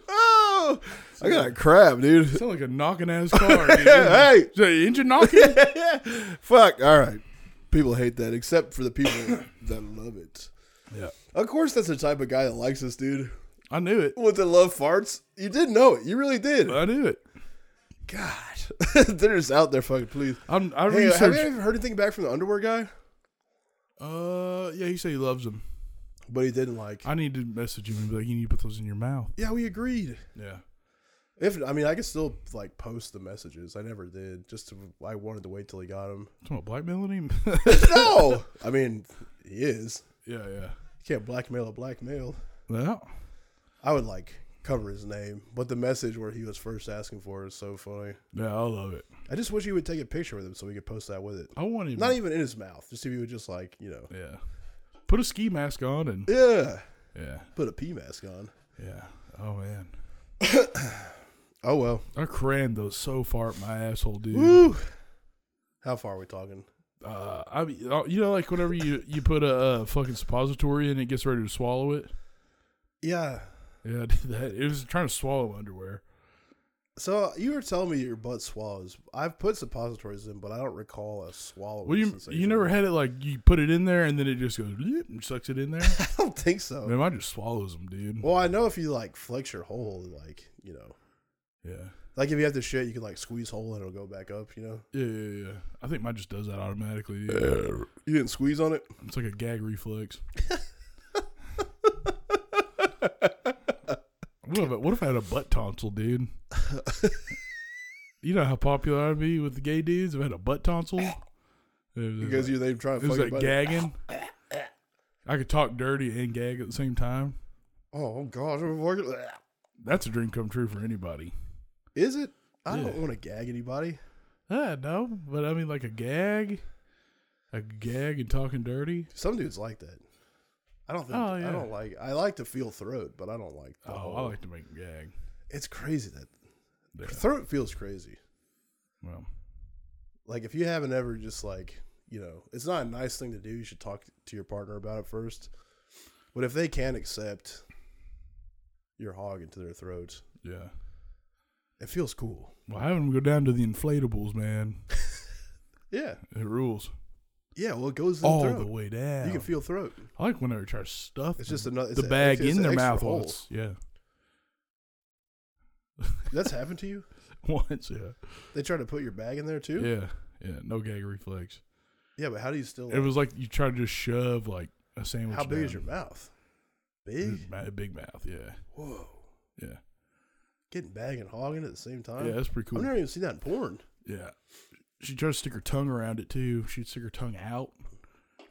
Speaker 2: oh, I got a crab, dude.
Speaker 1: Sound like a knocking ass car. dude.
Speaker 2: Hey.
Speaker 1: Is that engine knocking?
Speaker 2: Fuck. All right. People hate that, except for the people that love it.
Speaker 1: yeah,
Speaker 2: Of course, that's the type of guy that likes this, dude.
Speaker 1: I knew it.
Speaker 2: With the love farts, you did know it. You really did.
Speaker 1: I knew it.
Speaker 2: God, they're just out there fucking. Please.
Speaker 1: I'm, I
Speaker 2: Hey, have you
Speaker 1: researched.
Speaker 2: ever heard anything back from the underwear guy?
Speaker 1: Uh, yeah, he said he loves them.
Speaker 2: But he didn't like.
Speaker 1: I need to message him and be like, you need to put those in your mouth.
Speaker 2: yeah, we agreed.
Speaker 1: Yeah.
Speaker 2: If I mean, I could still like post the messages. I never did. Just to, I wanted to wait till he got them.
Speaker 1: Talking about blackmailing him?
Speaker 2: no, I mean, he is.
Speaker 1: yeah, yeah.
Speaker 2: You can't blackmail a black male.
Speaker 1: Well,
Speaker 2: I would like cover his name, but the message where he was first asking for it is so funny.
Speaker 1: yeah, I love it.
Speaker 2: I just wish he would take a picture with him so we could post that with it.
Speaker 1: I want him.
Speaker 2: Not even in his mouth. Just if he would just like you know,
Speaker 1: yeah. Put a ski mask on and.
Speaker 2: yeah,
Speaker 1: Yeah.
Speaker 2: put a pee mask on.
Speaker 1: Yeah. Oh, man.
Speaker 2: Oh well.
Speaker 1: I crammed those so far up my asshole, dude.
Speaker 2: Woo. How far are we talking?
Speaker 1: Uh, I mean, you know, like whenever you you put a, uh fucking suppository in, it gets ready to swallow it.
Speaker 2: Yeah.
Speaker 1: Yeah, I did that. It was trying to swallow underwear.
Speaker 2: So you were telling me your butt swallows. I've put suppositories in, but I don't recall a swallow.
Speaker 1: Well, you
Speaker 2: sensation.
Speaker 1: you never had it like you put it in there and then it just goes bleep and sucks it in there.
Speaker 2: I don't think so.
Speaker 1: Man, mine just swallows them, dude.
Speaker 2: Well, I know if you like flex your hole, like you know,
Speaker 1: Yeah.
Speaker 2: like if you have to shit, you can like squeeze hole and it'll go back up. You know,
Speaker 1: Yeah, yeah, yeah. I think mine just does that automatically. dude.
Speaker 2: you didn't squeeze on it.
Speaker 1: It's like a gag reflex. what, if I, what if I had a butt tonsil, dude? you know how popular I'd be with the gay dudes if I had a butt tonsil? It was
Speaker 2: Because
Speaker 1: like,
Speaker 2: you they trying
Speaker 1: it
Speaker 2: to
Speaker 1: was
Speaker 2: fuck your
Speaker 1: like
Speaker 2: buddy.
Speaker 1: gagging. I could talk dirty and gag at the same time.
Speaker 2: Oh gosh, I'm fucking-
Speaker 1: That's a dream come true for anybody.
Speaker 2: is it? I
Speaker 1: Yeah.
Speaker 2: don't want to gag anybody.
Speaker 1: I no, but I mean like a gag, a gag and talking dirty.
Speaker 2: Some dudes like that. I don't think.
Speaker 1: Oh,
Speaker 2: I
Speaker 1: yeah.
Speaker 2: don't like. I like to feel throat, but I don't like. The
Speaker 1: Oh,
Speaker 2: whole-
Speaker 1: I like to make gag.
Speaker 2: It's crazy that
Speaker 1: Yeah.
Speaker 2: throat feels crazy.
Speaker 1: Well,
Speaker 2: Like if you haven't ever just like you know, it's not a nice thing to do. You should talk to your partner about it first. But if they can't accept your hog into their throat,
Speaker 1: yeah.
Speaker 2: it feels cool.
Speaker 1: Well, having them go down to the inflatables, man.
Speaker 2: Yeah,
Speaker 1: It rules
Speaker 2: yeah. Well, it goes in
Speaker 1: all
Speaker 2: the throat.
Speaker 1: Oh, the way down.
Speaker 2: You can feel throat.
Speaker 1: I like when they try to stuff
Speaker 2: It's
Speaker 1: the-
Speaker 2: just another. it's
Speaker 1: the
Speaker 2: a-
Speaker 1: bag
Speaker 2: it's just
Speaker 1: in
Speaker 2: an
Speaker 1: their
Speaker 2: extra
Speaker 1: mouth.
Speaker 2: hole.
Speaker 1: while it's- Yeah,
Speaker 2: That's happened to you.
Speaker 1: once. Yeah,
Speaker 2: They try to put your bag in there too.
Speaker 1: yeah, yeah. No gag reflex.
Speaker 2: Yeah, but how do you still?
Speaker 1: It was like you try to just shove like a sandwich.
Speaker 2: Oh. how big is your
Speaker 1: down.
Speaker 2: mouth?
Speaker 1: It was
Speaker 2: Big.
Speaker 1: ma- Big mouth. Yeah,
Speaker 2: Whoa.
Speaker 1: yeah,
Speaker 2: Getting bag and hogging at the same time.
Speaker 1: yeah. That's pretty cool.
Speaker 2: I've never even seen that in porn.
Speaker 1: Yeah, she tried to stick her tongue around it too. She'd stick her tongue out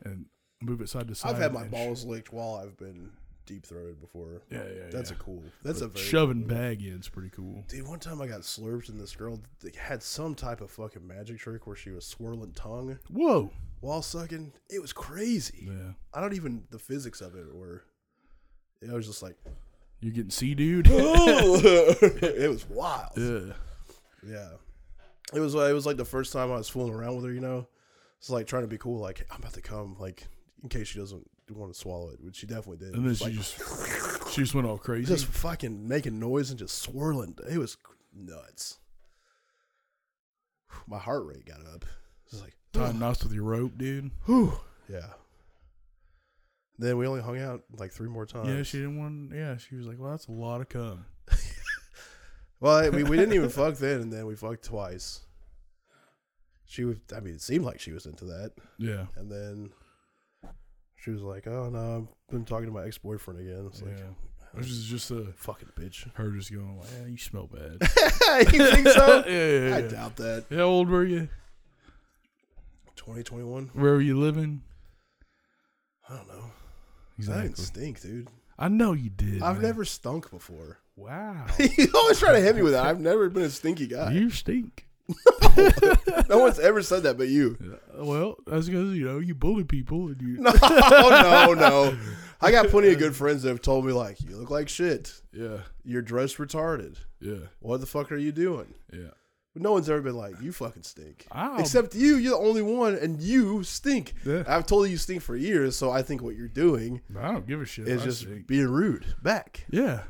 Speaker 1: and move it side to side.
Speaker 2: I've had my
Speaker 1: and sh-
Speaker 2: balls licked while I've been deep throated before.
Speaker 1: Yeah, yeah.
Speaker 2: That's
Speaker 1: yeah.
Speaker 2: a cool. That's a
Speaker 1: But
Speaker 2: very
Speaker 1: shoving bag in is pretty cool.
Speaker 2: Dude, one time I got slurped and this girl th- had some type of fucking magic trick where she was swirling tongue
Speaker 1: Whoa.
Speaker 2: while sucking. It was crazy.
Speaker 1: Yeah.
Speaker 2: I don't even the physics of it were. I was just like,
Speaker 1: You're getting sea dude.
Speaker 2: oh, it was wild.
Speaker 1: yeah.
Speaker 2: Yeah. It was it was like the first time I was fooling around with her, you know. It's like trying to be cool, like I'm about to come, like in case she doesn't want to swallow it, which she definitely did.
Speaker 1: And then
Speaker 2: Just,
Speaker 1: she
Speaker 2: like,
Speaker 1: just she just went all crazy.
Speaker 2: just fucking making noise and just swirling. It was nuts. My heart rate got up. It was like
Speaker 1: Tying knots with your rope, dude.
Speaker 2: whew. Yeah. Then we only hung out like three more times.
Speaker 1: Yeah, she didn't want. Yeah, she was like, "Well, that's a lot of cum."
Speaker 2: Well, we, we didn't even fuck then, and then we fucked twice. She was. I mean, it seemed like she was into that.
Speaker 1: Yeah,
Speaker 2: And then she was like, "Oh no, I've been talking to my ex boyfriend again." It's like,
Speaker 1: yeah. Which is just a
Speaker 2: "Fucking bitch."
Speaker 1: her just going, like, "Yeah, you smell bad."
Speaker 2: you think so?
Speaker 1: yeah, yeah,
Speaker 2: I
Speaker 1: yeah.
Speaker 2: doubt that.
Speaker 1: How old were you?
Speaker 2: Twenty twenty one.
Speaker 1: Where were you living?
Speaker 2: I don't know. I didn't stink, dude.
Speaker 1: I know you did.
Speaker 2: I've
Speaker 1: man.
Speaker 2: never stunk before.
Speaker 1: Wow.
Speaker 2: you always try to hit me with that. I've never been a stinky guy.
Speaker 1: you stink.
Speaker 2: no one's ever said that, but you.
Speaker 1: Uh, Well, that's because you know you bully people and you.
Speaker 2: No, Oh, no, no. I got plenty of good friends that have told me like, "You look like shit.
Speaker 1: Yeah,
Speaker 2: You're dressed retarded.
Speaker 1: yeah,
Speaker 2: What the fuck are you doing?
Speaker 1: yeah.
Speaker 2: What But no one's ever been like, you fucking stink.
Speaker 1: I'll-
Speaker 2: Except you, you're the only one, and you stink.
Speaker 1: Yeah.
Speaker 2: I've told you you stink for years, so I think what you're doing
Speaker 1: I don't give a shit.
Speaker 2: is
Speaker 1: I
Speaker 2: just
Speaker 1: stink.
Speaker 2: being rude back.
Speaker 1: yeah,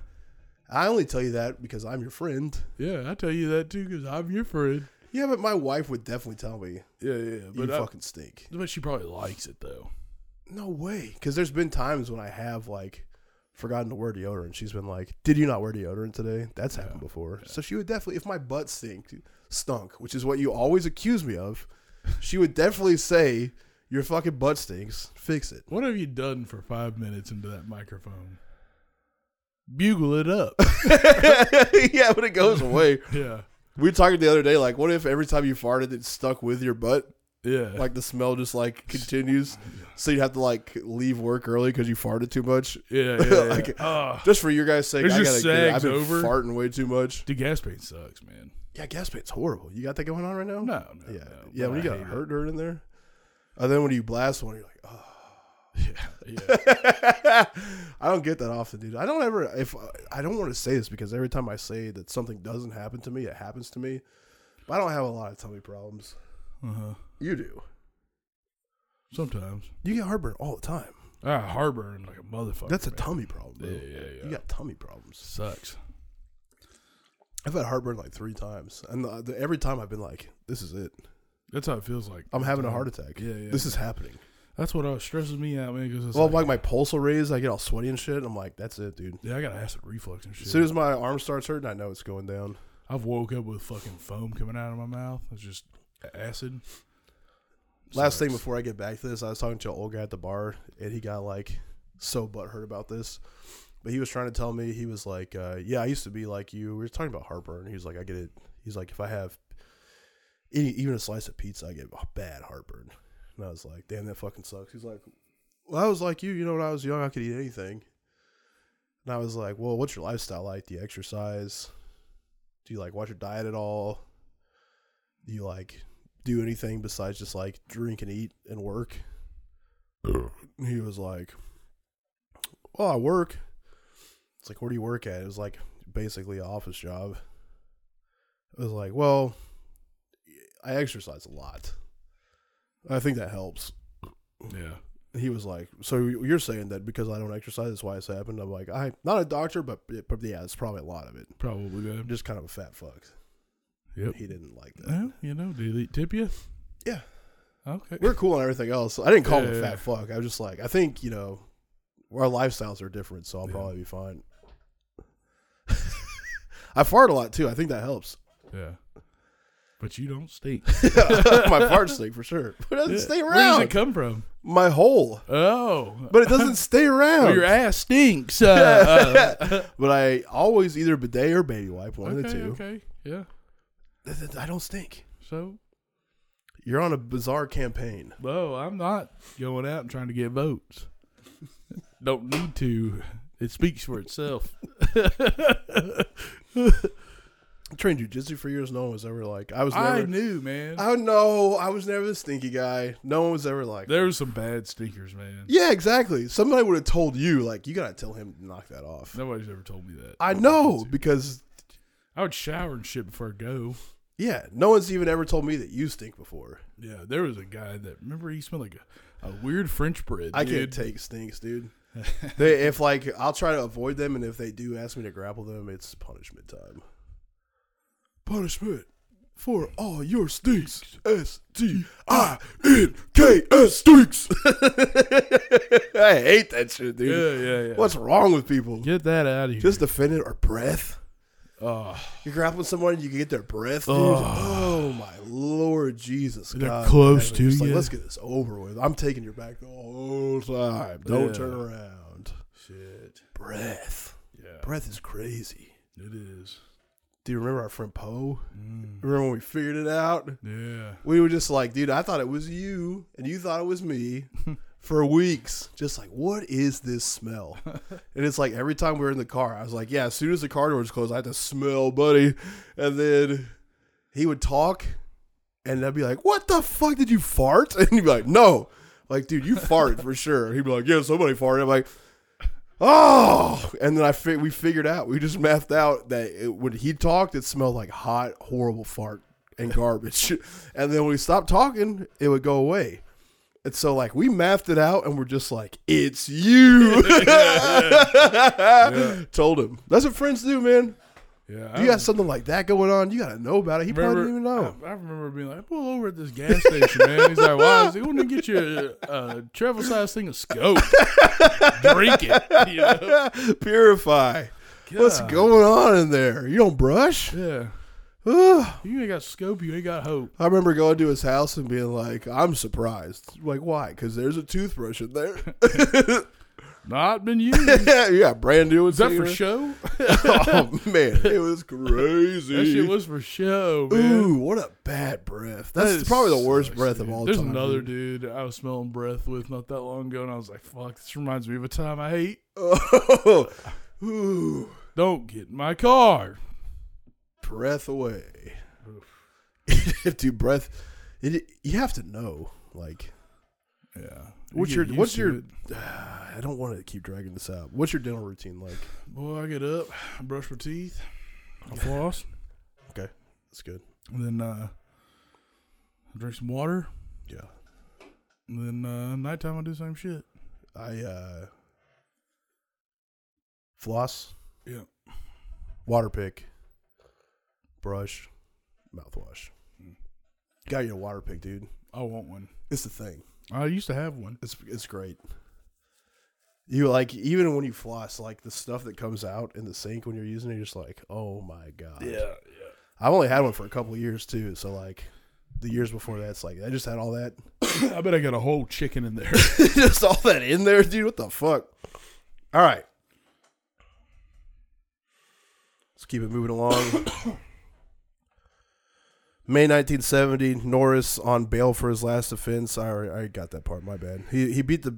Speaker 2: I only tell you that because I'm your friend.
Speaker 1: yeah. I tell you that too because I'm your friend.
Speaker 2: Yeah, but my wife would definitely tell me
Speaker 1: Yeah, yeah.
Speaker 2: you
Speaker 1: But I-
Speaker 2: fucking stink.
Speaker 1: but she probably likes it though.
Speaker 2: No way. Because there's been times when I have like forgotten to wear deodorant. She's been like, "Did you not wear deodorant today?" That's happened before. So she would definitely, if my butt stink, stunk, which is what you always accuse me of, she would definitely say, "Your fucking butt stinks. Fix it."
Speaker 1: What have you done for five minutes into that microphone? Bugle it up.
Speaker 2: yeah, but it goes away.
Speaker 1: yeah,
Speaker 2: We were talking the other day, like, what if every time you farted, it stuck with your butt?
Speaker 1: yeah.
Speaker 2: Like the smell just like continues, so you'd have to like leave work early because you farted too much.
Speaker 1: yeah, yeah. yeah.
Speaker 2: Like-
Speaker 1: Ah,
Speaker 2: Just for your guys' sake,
Speaker 1: Is
Speaker 2: I
Speaker 1: your
Speaker 2: gotta get it. I've
Speaker 1: sags
Speaker 2: been
Speaker 1: over?
Speaker 2: farting way too much.
Speaker 1: dude, gas pain sucks, man.
Speaker 2: Yeah, gas pain's horrible. You got that going on right now?
Speaker 1: No, no,
Speaker 2: Yeah,
Speaker 1: no,
Speaker 2: yeah.
Speaker 1: but
Speaker 2: When you
Speaker 1: I
Speaker 2: got
Speaker 1: hate it.
Speaker 2: hurt dirt in there, and then when you blast one, you're like, oh.
Speaker 1: Yeah,
Speaker 2: I don't get that often, dude. I don't ever. If uh, I don't want to say this because every time I say that something doesn't happen to me, it happens to me. But I don't have a lot of tummy problems.
Speaker 1: uh-huh.
Speaker 2: You do.
Speaker 1: sometimes
Speaker 2: You get heartburn all the time.
Speaker 1: I heartburn like a motherfucker.
Speaker 2: That's a
Speaker 1: man.
Speaker 2: tummy problem. Bro.
Speaker 1: Yeah, yeah, yeah.
Speaker 2: You got tummy problems.
Speaker 1: sucks.
Speaker 2: I've had heartburn like three times, and the, the, every time I've been like, "This is it.
Speaker 1: That's how it feels like.
Speaker 2: I'm having a heart attack.
Speaker 1: Yeah, yeah.
Speaker 2: This is happening."
Speaker 1: That's what uh, stresses me out, man. Because
Speaker 2: Well, like, my pulse will raise. I get all sweaty and shit. I'm like, "That's it, dude."
Speaker 1: yeah, I got acid reflux and shit.
Speaker 2: As soon as my arm starts hurting, I know it's going down.
Speaker 1: I've woke up with fucking foam coming out of my mouth. It's just acid.
Speaker 2: Last thing
Speaker 1: Sucks.
Speaker 2: before I get back to this, I was talking to an old guy at the bar, and he got like so butthurt about this. But he was trying to tell me he was like, uh, "Yeah, I used to be like you." We were talking about heartburn. He was like, "I get it." He's like, "If I have any, even a slice of pizza, I get bad heartburn." And I was like, "Damn, that fucking sucks." He's like, "Well, I was like you. You know, when I was young, I could eat anything." And I was like, "Well, what's your lifestyle like? Do you exercise? Do you like watch your diet at all? Do you like do anything besides just like drink and eat and work. And he was like, Well, I work. It's like, Where do you work at? It was like basically an office job. It was like, Well, I exercise a lot. I think that helps.
Speaker 1: yeah,
Speaker 2: He was like, So you're saying that because I don't exercise, that's why it's happened? I'm like, I'm not a doctor, but, but yeah, it's probably a lot of it.
Speaker 1: probably
Speaker 2: I'm
Speaker 1: bad.
Speaker 2: just kind of a fat fuck.
Speaker 1: Yep.
Speaker 2: He didn't like that.
Speaker 1: Well, you know, did he tip you?
Speaker 2: Yeah.
Speaker 1: Okay.
Speaker 2: we're cool on everything else. I didn't call him
Speaker 1: Yeah,
Speaker 2: a
Speaker 1: yeah,
Speaker 2: fat fuck. I was just like, I think you know, our lifestyles are different, so I'll
Speaker 1: Yeah.
Speaker 2: probably be fine. I fart a lot too. I think that helps.
Speaker 1: yeah. But you don't stink.
Speaker 2: My fart stink for sure, but it doesn't
Speaker 1: Yeah.
Speaker 2: stay
Speaker 1: Where does it
Speaker 2: around.
Speaker 1: come from?
Speaker 2: My hole,
Speaker 1: Oh,
Speaker 2: but uh, it doesn't stay around.
Speaker 1: Well, your ass stinks. Uh, uh,
Speaker 2: but I always either bidet or baby wipe, one of the
Speaker 1: okay,
Speaker 2: two.
Speaker 1: okay, yeah.
Speaker 2: Th- th- I don't stink.
Speaker 1: So,
Speaker 2: You're on a bizarre campaign.
Speaker 1: no, I'm not going out and trying to get votes. Don't need to. It speaks for itself.
Speaker 2: I trained jujitsu for years. No one was ever like, I was
Speaker 1: I
Speaker 2: never.
Speaker 1: knew, man.
Speaker 2: I know. I was never the stinky guy. No one was ever like.
Speaker 1: there was some bad stinkers, man.
Speaker 2: Yeah, exactly. Somebody would have told you, like, you gotta tell him to knock that off.
Speaker 1: Nobody's ever told me that.
Speaker 2: I know because
Speaker 1: I would shower and shit before I go.
Speaker 2: yeah, no one's even ever told me that you stink before.
Speaker 1: Yeah, there was a guy that remember he smelled like a, a weird French bread.
Speaker 2: I
Speaker 1: dude.
Speaker 2: can't take stinks, dude. they if like I'll try to avoid them, and if they do ask me to grapple them, it's punishment time. Punishment for all your stinks. S T I N K S stinks. I hate that shit,
Speaker 1: Yeah,
Speaker 2: dude.
Speaker 1: yeah, yeah.
Speaker 2: What's wrong with people?
Speaker 1: Get that out of here.
Speaker 2: Just offended or breath.
Speaker 1: oh,
Speaker 2: You grapple with someone, you can get their breath, dude. Oh,
Speaker 1: Oh.
Speaker 2: my lord, Jesus!
Speaker 1: They're
Speaker 2: God,
Speaker 1: close
Speaker 2: man.
Speaker 1: to
Speaker 2: It's like,
Speaker 1: you.
Speaker 2: Let's get this over with. I'm taking your back the whole time. Don't
Speaker 1: Yeah.
Speaker 2: turn around.
Speaker 1: shit.
Speaker 2: Breath,
Speaker 1: Yeah,
Speaker 2: breath is crazy.
Speaker 1: it is.
Speaker 2: Do you remember our friend Poe?
Speaker 1: Mm.
Speaker 2: Remember when we figured it out?
Speaker 1: Yeah.
Speaker 2: We were just like, dude, I thought it was you, and you thought it was me. For weeks, just like, what is this smell? And it's like every time we were in the car, I was like, yeah, as soon as the car door was closed, I had to smell, buddy. And then he would talk, and I'd be like, what the fuck? Did you fart? And he'd be like, no. Like, dude, you farted for sure. He'd be like, yeah, somebody farted. I'm like, oh. And then I fi- we figured out, we just mathed out that it, when he talked, it smelled like hot, horrible fart and garbage. and then when we stopped talking, it would go away. And so, like, we mapped it out and we're just like, it's you. Told him. That's what friends do, man.
Speaker 1: Yeah,
Speaker 2: You got something like that going on, you got to know about it. He probably didn't even know.
Speaker 1: I, I remember being like, pull over at this gas station, man. He's like, why? He's like, want to get you a, a travel size thing of scope. Drink it. You know?
Speaker 2: Purify. What's
Speaker 1: God.
Speaker 2: going on in there? You don't brush?
Speaker 1: Yeah.
Speaker 2: Ugh.
Speaker 1: You ain't got scope, you ain't got hope.
Speaker 2: I remember going to his house and being like, I'm surprised. Like, why? Because there's a toothbrush in there.
Speaker 1: Not been used.
Speaker 2: you got brand new.
Speaker 1: Is that for show?
Speaker 2: oh, man. It was crazy.
Speaker 1: That shit was for show, man.
Speaker 2: Ooh, what a bad breath. That's
Speaker 1: That
Speaker 2: probably the worst
Speaker 1: sucks,
Speaker 2: breath
Speaker 1: dude.
Speaker 2: of all
Speaker 1: There's
Speaker 2: time.
Speaker 1: another dude I was smelling breath with not that long ago, and I was like, fuck, this reminds me of a time I hate.
Speaker 2: another. Oh, Ooh,
Speaker 1: Don't get in my car.
Speaker 2: breath away. Dude, breath. It, you have to know. Like,
Speaker 1: Yeah.
Speaker 2: what's
Speaker 1: You
Speaker 2: your
Speaker 1: get
Speaker 2: what's
Speaker 1: used to
Speaker 2: your?
Speaker 1: it.
Speaker 2: I don't want to keep dragging this out. What's your dental routine like?
Speaker 1: Boy, I get up, I brush my teeth, I floss,
Speaker 2: Okay, that's good.
Speaker 1: and then uh, I drink some water,
Speaker 2: Yeah,
Speaker 1: and then uh, nighttime I do the same shit.
Speaker 2: I uh floss,
Speaker 1: Yeah.
Speaker 2: water pick, brush, mouthwash. Got your water pick, dude.
Speaker 1: I want one.
Speaker 2: It's the thing.
Speaker 1: I used to have one.
Speaker 2: It's it's great. You like even when you floss, like the stuff that comes out in the sink when you're using it, you're just like, oh my god. I've only had one for a couple of years too, so like the years before that's like I just had all that,
Speaker 1: I bet I got a whole chicken in there.
Speaker 2: just all that in there, dude. What the fuck? All right, let's keep it moving along. May 1970, Norris on bail for his last offense. I already, I already got that part. My bad. He he beat the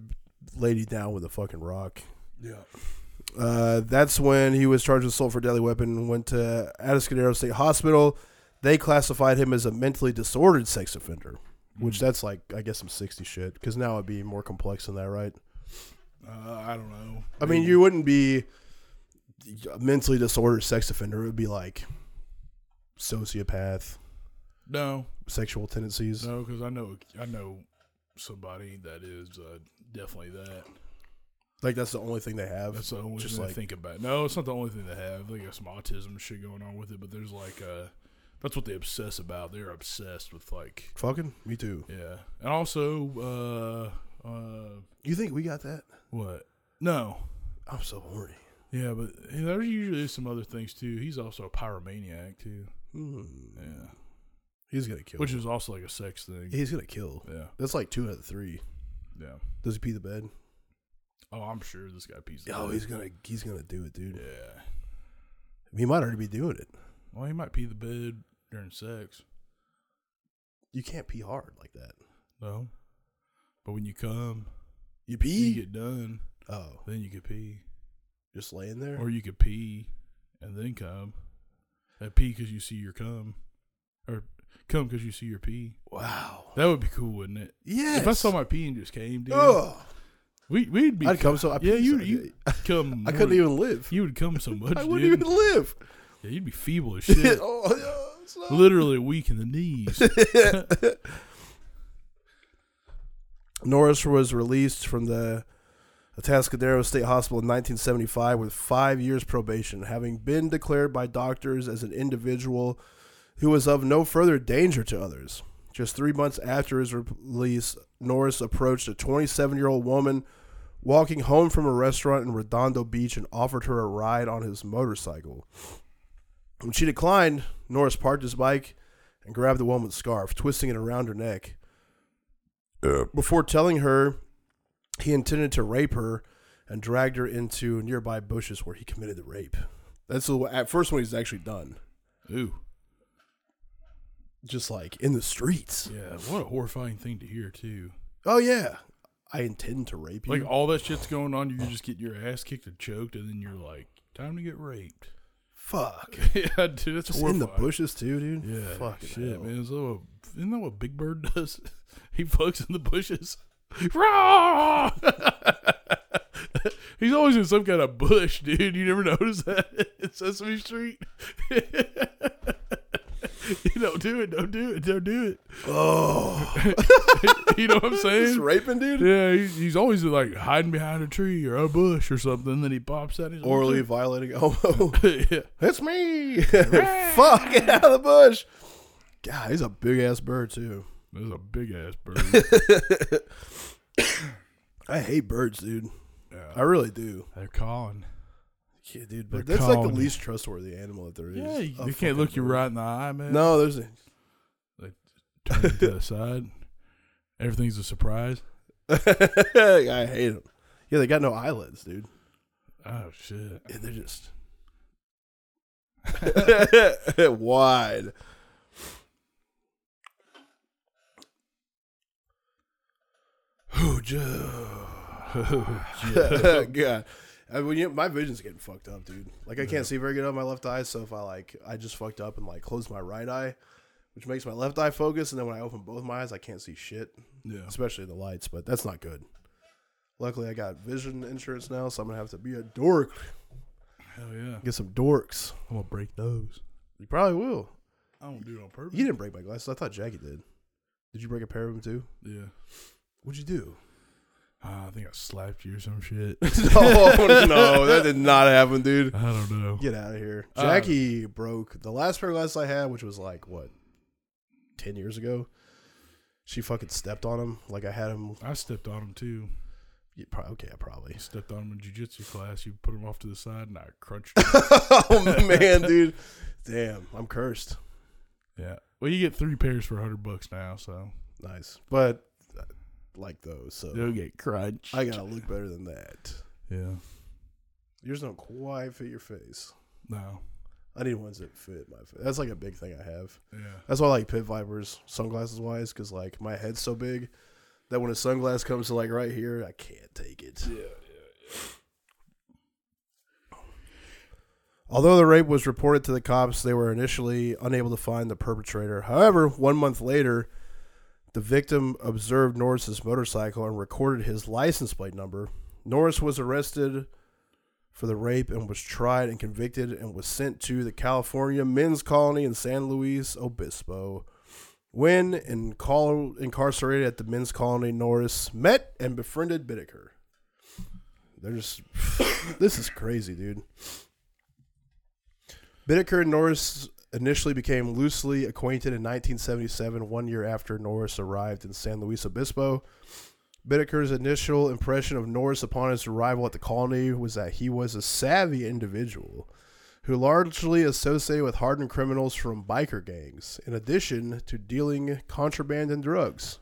Speaker 2: lady down with a fucking rock.
Speaker 1: yeah.
Speaker 2: Uh, that's when he was charged with assault for a deadly weapon. Went to Atascadero State Hospital. They classified him as a mentally disordered sex offender, which that's like I guess some sixty shit. Because now it'd be more complex than that, right?
Speaker 1: Uh, I don't know.
Speaker 2: I mean, you wouldn't be a mentally disordered sex offender. It would be like sociopath,
Speaker 1: No,
Speaker 2: sexual tendencies.
Speaker 1: no, because I know I know somebody that is uh, definitely that.
Speaker 2: Like that's the only thing they have.
Speaker 1: That's the only
Speaker 2: Just
Speaker 1: thing
Speaker 2: like-
Speaker 1: I think about. No, it's not the only thing they have. They got some autism shit going on with it, but there's like uh that's what they obsess about. They're obsessed with like
Speaker 2: Fucking me too.
Speaker 1: yeah. And also uh uh
Speaker 2: You think we got that?
Speaker 1: what? No.
Speaker 2: I'm so horny.
Speaker 1: Yeah, but there's usually some other things too. He's also a pyromaniac too.
Speaker 2: Hmm.
Speaker 1: Yeah.
Speaker 2: He's gonna kill.
Speaker 1: Which is also like a sex thing.
Speaker 2: He's gonna kill.
Speaker 1: Yeah.
Speaker 2: That's like two out of three.
Speaker 1: Yeah.
Speaker 2: Does he pee the bed?
Speaker 1: Oh, I'm sure this guy pieces.
Speaker 2: Oh, he's gonna he's gonna do it, dude.
Speaker 1: Yeah.
Speaker 2: He might already be doing it.
Speaker 1: Well, he might pee the bed during sex.
Speaker 2: You can't pee hard like that.
Speaker 1: No. But when you come,
Speaker 2: You
Speaker 1: you
Speaker 2: pee?
Speaker 1: get done,
Speaker 2: Oh,
Speaker 1: then you can pee.
Speaker 2: just laying there.
Speaker 1: Or you could pee and then come. That pee because you see your cum, or come because you see your pee.
Speaker 2: wow.
Speaker 1: That would be cool, wouldn't it?
Speaker 2: Yes.
Speaker 1: If I saw my pee and just came, dude,
Speaker 2: Ugh.
Speaker 1: we we'd be.
Speaker 2: I'd come so I
Speaker 1: yeah,
Speaker 2: pee
Speaker 1: you
Speaker 2: so-
Speaker 1: you come.
Speaker 2: I
Speaker 1: more-
Speaker 2: couldn't even live.
Speaker 1: You would come so much,
Speaker 2: I
Speaker 1: dude.
Speaker 2: wouldn't even live.
Speaker 1: Yeah, you'd be feeble as shit.
Speaker 2: oh, yeah, it's not-
Speaker 1: Literally weak in the knees.
Speaker 2: Norris was released from the Atascadero State Hospital in 1975 with five years probation, having been declared by doctors as an individual who was of no further danger to others. Just three months after his release, Norris approached a 27 year old woman walking home from a restaurant in Redondo Beach and offered her a ride on his motorcycle. When she declined, Norris parked his bike and grabbed the woman's scarf, twisting it around her neck. uh, Before telling her he intended to rape her and dragged her into nearby bushes where he committed the rape. That's the at first one he's actually done,
Speaker 1: Ooh,
Speaker 2: just like in the streets.
Speaker 1: yeah. What a horrifying thing to hear too.
Speaker 2: Oh yeah, I intend to rape you.
Speaker 1: Like all that shit's going on, you just get your ass kicked and choked, and then you're like, time to get raped.
Speaker 2: Fuck,
Speaker 1: yeah, dude, that's
Speaker 2: just in the
Speaker 1: horrifying.
Speaker 2: bushes too, dude.
Speaker 1: Yeah,
Speaker 2: Fucking
Speaker 1: shit,
Speaker 2: hell.
Speaker 1: man. Is that what, isn't that what Big Bird does? he fucks in the bushes. Rawr! He's always in some kind of bush, dude. You never notice that in Sesame Street. You don't do it. Don't do it. Don't do
Speaker 2: Oh,
Speaker 1: it. You know what I'm
Speaker 2: he's
Speaker 1: saying?
Speaker 2: raping, dude.
Speaker 1: Yeah, he's, he's always like hiding behind a tree or a bush or something. Then he pops out. He's like,
Speaker 2: Orally violating homo.
Speaker 1: yeah.
Speaker 2: It's me. Fuck, get out of the bush. God, he's a big ass bird too.
Speaker 1: That's a big ass bird.
Speaker 2: I hate birds, dude.
Speaker 1: Yeah.
Speaker 2: I really do.
Speaker 1: They're calling.
Speaker 2: Yeah, dude,
Speaker 1: They're
Speaker 2: but that's like
Speaker 1: calling
Speaker 2: the
Speaker 1: you.
Speaker 2: least trustworthy animal that there is.
Speaker 1: Yeah, you, they
Speaker 2: A
Speaker 1: can't
Speaker 2: fucking
Speaker 1: look you
Speaker 2: bird.
Speaker 1: right in the eye, man.
Speaker 2: No, there's a,
Speaker 1: Turn to the side. Everything's a surprise.
Speaker 2: I hate them. Yeah, they got no eyelids, dude.
Speaker 1: Oh shit!
Speaker 2: Yeah, they're just wide. Oh, Joe. God. I mean, you know, my vision's getting fucked up, dude. Like, I can't see very good out of my left eye, so if I, like, I just fucked up and, like, closed my right eye, which makes my left eye focus, and then when I open both my eyes, I can't see shit
Speaker 1: Yeah,
Speaker 2: especially the lights, but that's not good. Luckily, I got vision insurance now, so I'm gonna have to be a dork.
Speaker 1: hell yeah!
Speaker 2: Get some dorks.
Speaker 1: I'm gonna break those.
Speaker 2: You probably will.
Speaker 1: I don't do it on purpose.
Speaker 2: You didn't break my glasses. I thought Jackie did. Did you break a pair of them too?
Speaker 1: Yeah,
Speaker 2: What'd you do?
Speaker 1: Ah, I think I slapped you or some shit.
Speaker 2: no, no, that did not happen, dude.
Speaker 1: I don't know.
Speaker 2: Get out of here.
Speaker 1: Uh,
Speaker 2: Jackie broke the last pair of glasses I had, which was like what, ten years ago. She fucking stepped on them. Like I had them.
Speaker 1: I stepped on him too.
Speaker 2: okay, I probably.
Speaker 1: I stepped on him in jujitsu class. You put him off to the side, and I crunched. him.
Speaker 2: oh man, dude. Damn, I'm cursed.
Speaker 1: yeah. Well, you get three pairs for hundred bucks now, so
Speaker 2: Nice, but uh, like those, so
Speaker 1: you'll get crunch.
Speaker 2: I gotta look better than that.
Speaker 1: Yeah.
Speaker 2: Yours don't quite fit your face.
Speaker 1: No.
Speaker 2: I need ones that fit my face. That's like a big thing I have.
Speaker 1: Yeah.
Speaker 2: That's why I like pit vipers, sunglasses wise, because like my head's so big that when a sunglass comes to like right here, I can't take it.
Speaker 1: Yeah.
Speaker 2: Although the rape was reported to the cops, they were initially unable to find the perpetrator. However, one month later, the victim observed Norris's motorcycle and recorded his license plate number. Norris was arrested for the rape and was tried and convicted and was sent to the California Men's Colony in San Luis Obispo. When in col- incarcerated at the Men's Colony, Norris met and befriended Bittaker. They're just this is crazy, dude. Bittaker and Norris initially became loosely acquainted in 1977, one year after Norris arrived in San Luis Obispo. Bittaker's initial impression of Norris upon his arrival at the colony was that he was a savvy individual who largely associated with hardened criminals from biker gangs, in addition to dealing contraband and drugs.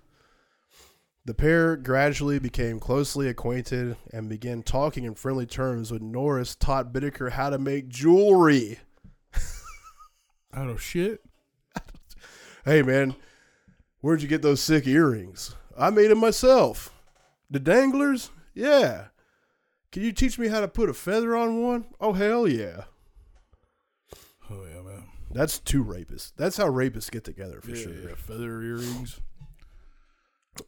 Speaker 2: The pair gradually became closely acquainted and began talking in friendly terms when Norris taught Bittaker how to make jewelry.
Speaker 1: I don't shit.
Speaker 2: Hey man, where'd you get those sick earrings? I made them myself. The danglers? Yeah. Can you teach me how to put a feather on one? Oh hell yeah.
Speaker 1: Oh yeah, man.
Speaker 2: That's two rapists. That's how rapists get together for
Speaker 1: Yeah,
Speaker 2: sure.
Speaker 1: yeah, Feather earrings.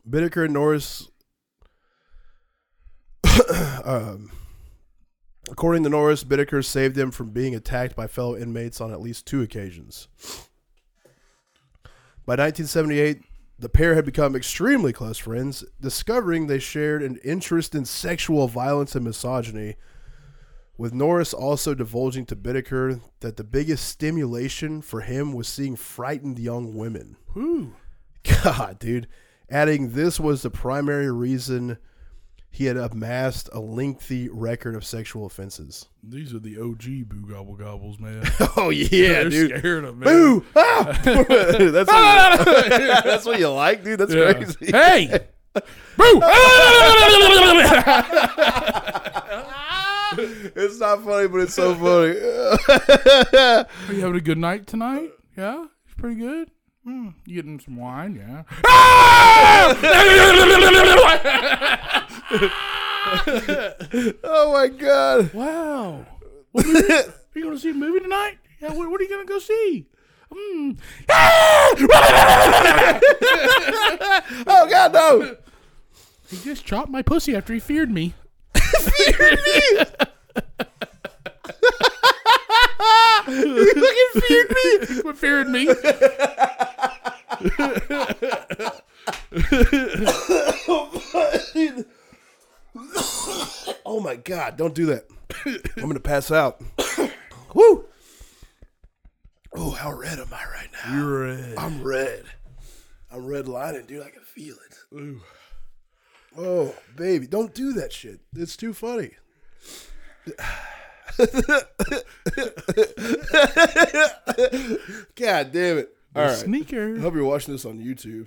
Speaker 2: Bittaker and Norris. um, according to Norris, Bittaker saved him from being attacked by fellow inmates on at least two occasions. By 1978, the pair had become extremely close friends, discovering they shared an interest in sexual violence and misogyny. With Norris also divulging to Bittaker that the biggest stimulation for him was seeing frightened young women.
Speaker 1: Whoo.
Speaker 2: God, dude. Adding this was the primary reason he had amassed a lengthy record of sexual offenses.
Speaker 1: These are the OG boo gobble gobbles, man.
Speaker 2: Oh yeah,
Speaker 1: They're
Speaker 2: dude.
Speaker 1: scared of man.
Speaker 2: Boo! Ah! that's, what you, that's what you like, dude. That's
Speaker 1: Yeah.
Speaker 2: crazy.
Speaker 1: Hey, boo!
Speaker 2: It's not funny, but it's so funny.
Speaker 1: Are you having a good night tonight? Yeah, it's pretty good. Hmm, you getting some wine? Yeah.
Speaker 2: oh my god.
Speaker 1: wow. What are, you, are you going to see a movie tonight? Yeah. What, what are you going to go see? Hmm.
Speaker 2: Oh god, no.
Speaker 1: He just chopped my pussy after he feared me.
Speaker 2: He fucking feared me.
Speaker 1: Quit fearing me.
Speaker 2: oh my god, don't do that. I'm gonna pass out. Woo! Oh, how red am I right now?
Speaker 1: You're red.
Speaker 2: I'm red. I'm red lining, dude. I can feel it.
Speaker 1: Ooh.
Speaker 2: Oh, baby, don't do that shit. It's too funny. God damn it. All right. I
Speaker 1: Sneaker.
Speaker 2: hope you're watching this on YouTube.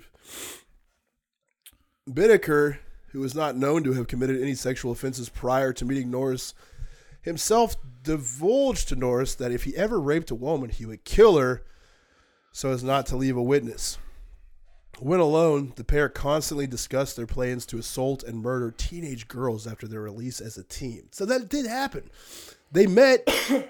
Speaker 2: Bittaker, who was not known to have committed any sexual offenses prior to meeting Norris, himself divulged to Norris that if he ever raped a woman, he would kill her so as not to leave a witness. When alone, the pair constantly discussed their plans to assault and murder teenage girls after their release as a team. So that did happen. They met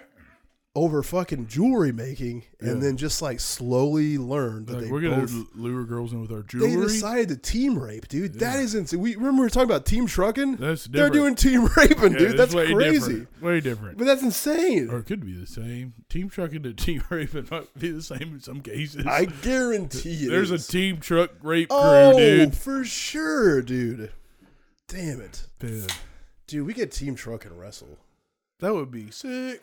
Speaker 2: over fucking jewelry making and then just like slowly learned that
Speaker 1: Like,
Speaker 2: they
Speaker 1: we're gonna
Speaker 2: both
Speaker 1: lure girls in with our jewelry.
Speaker 2: they decided to team rape, dude. That is insane. We remember we were talking about team trucking.
Speaker 1: That's
Speaker 2: They're doing
Speaker 1: different.
Speaker 2: team raping,
Speaker 1: Yeah,
Speaker 2: dude.
Speaker 1: it's
Speaker 2: That's
Speaker 1: way
Speaker 2: crazy.
Speaker 1: different. Way different.
Speaker 2: But that's insane.
Speaker 1: Or it could be the same. Team trucking to team rape it might be the same in some cases.
Speaker 2: I guarantee it.
Speaker 1: There's
Speaker 2: is.
Speaker 1: a team truck rape crew,
Speaker 2: oh,
Speaker 1: dude.
Speaker 2: for sure, dude. Damn it,
Speaker 1: Dude,
Speaker 2: dude. We get team trucking wrestle.
Speaker 1: That would be sick.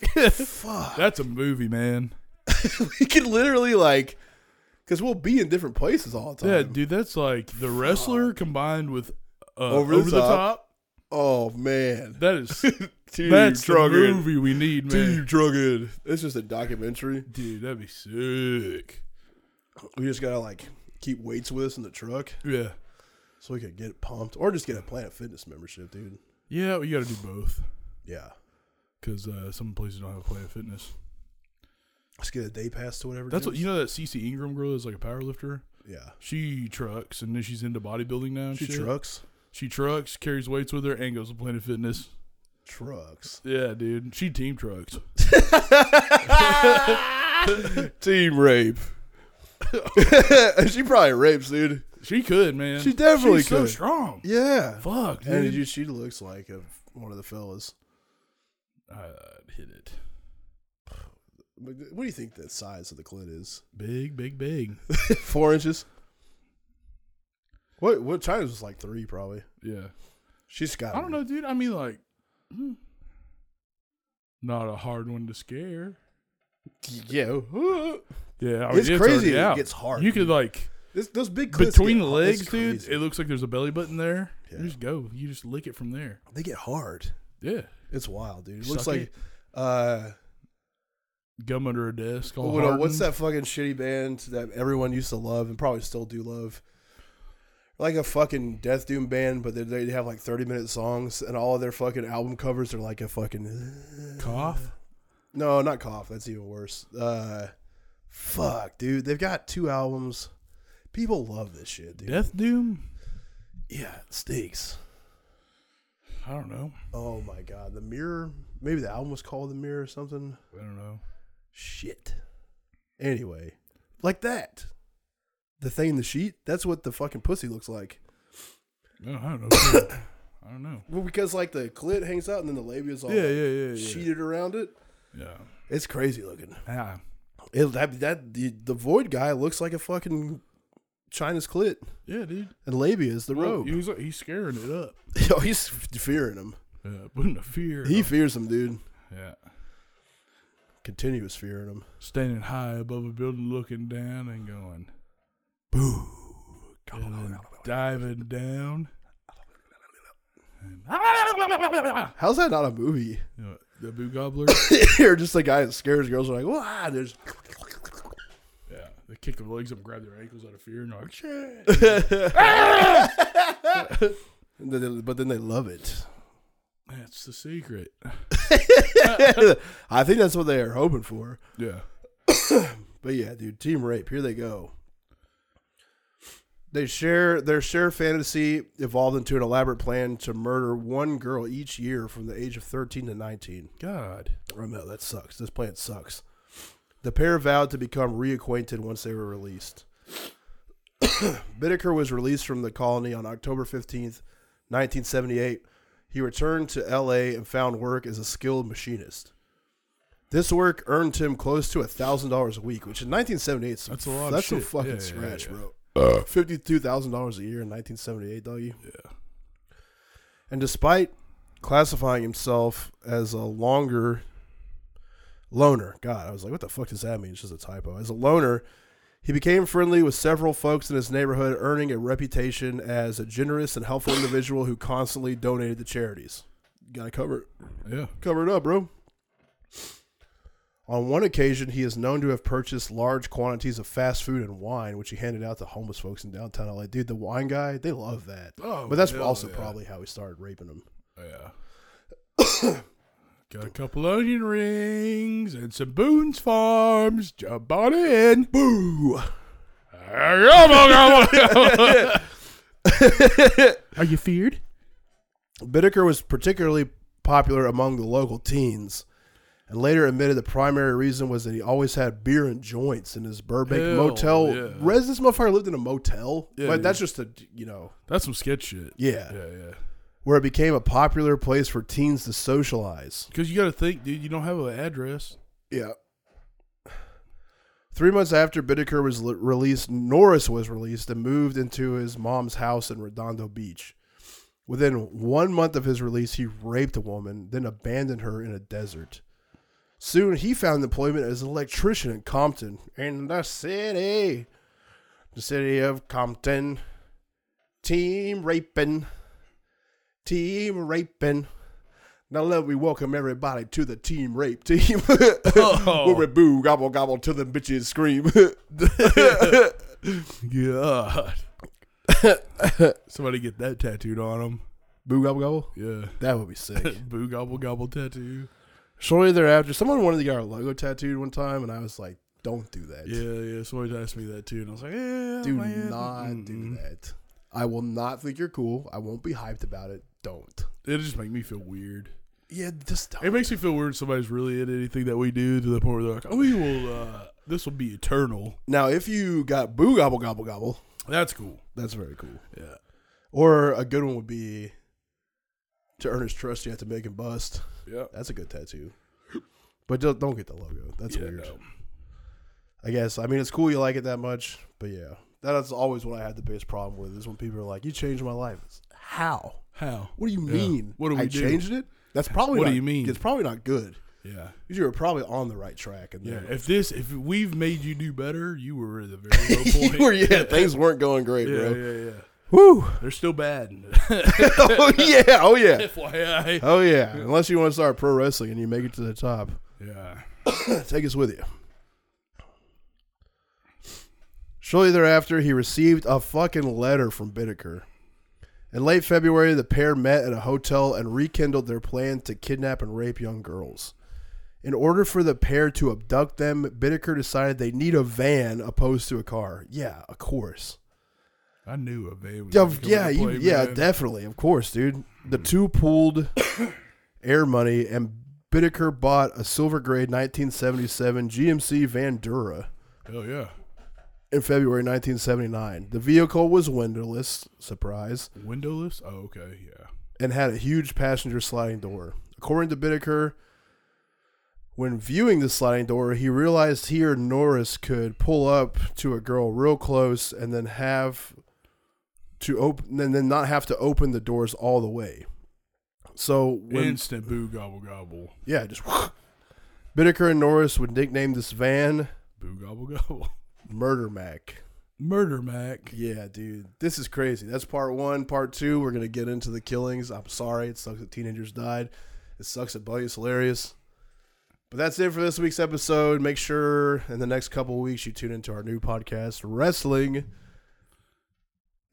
Speaker 2: Fuck.
Speaker 1: That's a movie, man.
Speaker 2: we could literally like, because we'll be in different places all the time.
Speaker 1: Yeah, dude, that's like the wrestler combined with uh,
Speaker 2: Over
Speaker 1: over,
Speaker 2: the
Speaker 1: the,
Speaker 2: Top.
Speaker 1: top.
Speaker 2: Oh man.
Speaker 1: That is
Speaker 2: team
Speaker 1: that's the
Speaker 2: trucking.
Speaker 1: movie we need, man.
Speaker 2: Team trucking. It's just a documentary.
Speaker 1: Dude, that'd be sick.
Speaker 2: We just gotta like keep weights with us in the truck.
Speaker 1: Yeah,
Speaker 2: so we could get pumped or just get a Planet Fitness membership, dude.
Speaker 1: yeah, you got to do both
Speaker 2: Yeah,
Speaker 1: because uh, some places don't have Planet Fitness.
Speaker 2: just get a day pass to whatever.
Speaker 1: That's what
Speaker 2: gyms.
Speaker 1: you know. That CC Ingram girl is like a power lifter.
Speaker 2: yeah,
Speaker 1: She trucks and then she's into bodybuilding now. And
Speaker 2: she
Speaker 1: shit.
Speaker 2: trucks,
Speaker 1: She trucks, carries weights with her, and goes to Planet Fitness.
Speaker 2: trucks,
Speaker 1: Yeah, dude. She team trucks.
Speaker 2: team rape. she probably rapes, dude.
Speaker 1: She could, man.
Speaker 2: She definitely
Speaker 1: She's So
Speaker 2: could.
Speaker 1: strong.
Speaker 2: Yeah,
Speaker 1: Fuck, dude.
Speaker 2: and dude, she looks like a, one of the fellas.
Speaker 1: I'd hit it.
Speaker 2: What do you think the size of the clit is?
Speaker 1: Big, big, big.
Speaker 2: Four inches. What what China's was like three probably.
Speaker 1: Yeah.
Speaker 2: She's got.
Speaker 1: I don't know, dude. I mean, like, hmm. not a hard one to scare.
Speaker 2: Yeah,
Speaker 1: Yeah, I mean,
Speaker 2: It's crazy
Speaker 1: already
Speaker 2: it
Speaker 1: out.
Speaker 2: gets hard,
Speaker 1: You
Speaker 2: dude.
Speaker 1: could like
Speaker 2: this, those big clits
Speaker 1: between
Speaker 2: get
Speaker 1: the
Speaker 2: hard. It's
Speaker 1: legs, dude.
Speaker 2: crazy.
Speaker 1: It looks like there's a belly button there.
Speaker 2: Yeah.
Speaker 1: You just go. You just lick it from there.
Speaker 2: they get hard.
Speaker 1: Yeah,
Speaker 2: It's wild, dude. It looks
Speaker 1: Suck
Speaker 2: like
Speaker 1: it.
Speaker 2: uh
Speaker 1: gum under a desk. All
Speaker 2: what- uh,
Speaker 1: hardened.
Speaker 2: what's that fucking shitty band that everyone used to love and probably still do love? Like a fucking death doom band, but they, they have like thirty minute songs, and all of their fucking album covers are like a fucking
Speaker 1: cough?
Speaker 2: no, not cough. That's even worse. Uh, fuck, dude, they've got two albums. People love this shit, dude.
Speaker 1: Death doom?
Speaker 2: Yeah, it stinks.
Speaker 1: I don't know.
Speaker 2: Oh my god, the mirror. Maybe the album was called the mirror or something.
Speaker 1: I don't know.
Speaker 2: Shit. Anyway, like that. The thing in the sheet, that's what the fucking pussy looks like.
Speaker 1: No, I don't know. dude. I don't know.
Speaker 2: Well, because like the clit hangs out and then the labia's all
Speaker 1: Yeah, yeah, yeah, yeah.
Speaker 2: sheeted around it.
Speaker 1: yeah.
Speaker 2: It's crazy looking.
Speaker 1: Ah,
Speaker 2: It, that that the, the void guy looks like a fucking China's clit
Speaker 1: yeah, dude.
Speaker 2: and labia is the
Speaker 1: Well,
Speaker 2: robe.
Speaker 1: he's like, he's scaring it up.
Speaker 2: Yo, he's fearing him.
Speaker 1: Yeah, putting a fear.
Speaker 2: He fears him, dude.
Speaker 1: yeah.
Speaker 2: Continuous fearing him.
Speaker 1: standing high above a building, looking down and going, boo, and then diving down. And,
Speaker 2: How's that not a movie?
Speaker 1: you know, the boo gobbler,
Speaker 2: You're just a guy that scares girls. Are like, wow, there's.
Speaker 1: yeah, they kick their legs up and grab their ankles out of fear and they're like, shit.
Speaker 2: And then they- But then they love it.
Speaker 1: That's the secret.
Speaker 2: I think that's what they are hoping for.
Speaker 1: Yeah,
Speaker 2: But yeah, dude, team rape. Here they go. They share their share fantasy evolved into an elaborate plan to murder one girl each year from the age of 13 to 19.
Speaker 1: God,
Speaker 2: Oh no, that sucks. This plan sucks. The pair vowed to become reacquainted once they were released. Bittaker was released from the colony on October 15th, 1978. He returned to LA and found work as a skilled machinist. This work earned him close to thousand dollars a week, which in 1978 's some-
Speaker 1: That's a lot of
Speaker 2: That's some
Speaker 1: shit.
Speaker 2: fucking
Speaker 1: Yeah, yeah,
Speaker 2: scratch,
Speaker 1: yeah.
Speaker 2: bro. Fifty-two thousand dollars a year in 1978, doggy.
Speaker 1: Yeah.
Speaker 2: And despite classifying himself as a longer loner, God, I was like, what the fuck does that mean? It's just a typo. As a loner, he became friendly with several folks in his neighborhood, earning a reputation as a generous and helpful individual who constantly donated to charities. Gotta cover it
Speaker 1: Yeah.
Speaker 2: cover it up, bro. On one occasion, he is known to have purchased large quantities of fast food and wine, which he handed out to homeless folks in downtown LA. Dude, the wine guy, they love that.
Speaker 1: Oh,
Speaker 2: but that's
Speaker 1: hell
Speaker 2: also
Speaker 1: yeah.
Speaker 2: probably how he started raping them.
Speaker 1: Yeah. Oh, Got a couple onion rings and some Boone's Farms. Jump on in. Boo. Are you feared?
Speaker 2: Bittaker was particularly popular among the local teens, and later admitted the primary reason was that he always had beer and joints in his Burbank
Speaker 1: Hell,
Speaker 2: motel.
Speaker 1: yeah.
Speaker 2: Res, this motherfucker lived in a motel,
Speaker 1: Yeah,
Speaker 2: but
Speaker 1: dude.
Speaker 2: that's just a you know,
Speaker 1: That's some sketch shit.
Speaker 2: yeah,
Speaker 1: Yeah, yeah.
Speaker 2: where it became a popular place for teens to socialize.
Speaker 1: Because you got to think, dude, you don't have an address.
Speaker 2: Yeah. Three months after Bittaker was l- released, Norris was released and moved into his mom's house in Redondo Beach. Within one month of his release, he raped a woman, then abandoned her in a desert. Soon, he found employment as an electrician in Compton, in the city, the city of Compton. Team raping, team raping. Now let me welcome everybody to the team rape team.
Speaker 1: Oh.
Speaker 2: Where we boo gobble gobble till the bitches scream.
Speaker 1: God. Somebody get that tattooed on them.
Speaker 2: boo gobble gobble.
Speaker 1: Yeah.
Speaker 2: That would be sick.
Speaker 1: Boo gobble gobble tattoo.
Speaker 2: Shortly thereafter, someone wanted to get our logo tattooed one time, and I was like, "Don't do that.
Speaker 1: Yeah, yeah. Somebody asked me that too, and I was like, "Yeah,
Speaker 2: do
Speaker 1: Oh, man."
Speaker 2: not
Speaker 1: Mm-hmm.
Speaker 2: do that. I will not think you're cool. I won't be hyped about it. Don't.
Speaker 1: It'll just make me feel weird.
Speaker 2: Yeah, just don't.
Speaker 1: It makes me feel weird. Somebody's really into anything that we do to the point where they're like, "Oh, we will. Uh, this will be eternal."
Speaker 2: Now, if you got boo gobble gobble gobble,
Speaker 1: That's cool.
Speaker 2: that's very cool.
Speaker 1: Yeah.
Speaker 2: Or a good one would be to earn his trust, you have to make him bust.
Speaker 1: Yeah.
Speaker 2: That's a good tattoo. But don't, don't get the logo. That's
Speaker 1: yeah,
Speaker 2: weird.
Speaker 1: no.
Speaker 2: I guess. I mean, it's cool you like it that much, but yeah, that's always what I had the biggest problem with is when people are like, "You changed my life." It's, How?
Speaker 1: How?
Speaker 2: What do you
Speaker 1: Yeah.
Speaker 2: mean?
Speaker 1: What do we
Speaker 2: I
Speaker 1: do?
Speaker 2: changed it? That's probably
Speaker 1: What do
Speaker 2: not-
Speaker 1: you mean?
Speaker 2: It's probably not good.
Speaker 1: Yeah.
Speaker 2: You were probably on the right track, and
Speaker 1: Yeah.
Speaker 2: then-
Speaker 1: If this, if we've made you do better, you were at the very low
Speaker 2: You
Speaker 1: point.
Speaker 2: were- yeah, things weren't going great,
Speaker 1: yeah,
Speaker 2: bro.
Speaker 1: yeah, yeah.
Speaker 2: Woo!
Speaker 1: They're still bad.
Speaker 2: oh yeah! Oh yeah!
Speaker 1: FYI.
Speaker 2: Oh yeah! Unless you want to start pro wrestling and you make it to the top,
Speaker 1: Yeah.
Speaker 2: take us with you. Shortly thereafter, he received a fucking letter from Bittaker. In late February, the pair met at a hotel and rekindled their plan to kidnap and rape young girls. In order for the pair to abduct them, Bittaker decided they need a van opposed to a car. Yeah, of course.
Speaker 1: I knew a baby. Was
Speaker 2: Yeah,
Speaker 1: gonna come
Speaker 2: yeah,
Speaker 1: into
Speaker 2: you-
Speaker 1: play,
Speaker 2: yeah,
Speaker 1: man.
Speaker 2: definitely, of course, dude. The two pooled air money, and Bittaker bought a silver grade 1977 GMC Vandura
Speaker 1: Hell yeah.
Speaker 2: in February 1979. The vehicle was windowless, surprise,
Speaker 1: Windowless. Oh, okay. Yeah.
Speaker 2: and had a huge passenger sliding door. According to Bittaker, when viewing the sliding door, he realized he or Norris could pull up to a girl real close and then have to open and then not have to open the doors all the way. So when
Speaker 1: Instant boo gobble gobble.
Speaker 2: yeah, just Bittaker and Norris would nickname this van
Speaker 1: Boo gobble gobble.
Speaker 2: Murder Mac.
Speaker 1: Murder Mac.
Speaker 2: Yeah, dude, this is crazy. That's part one. Part two, we're gonna get into the killings. I'm sorry, it sucks that teenagers died. It sucks that Buddy's hilarious. But that's it for this week's episode. Make sure in the next couple weeks you tune into our new podcast, Wrestling,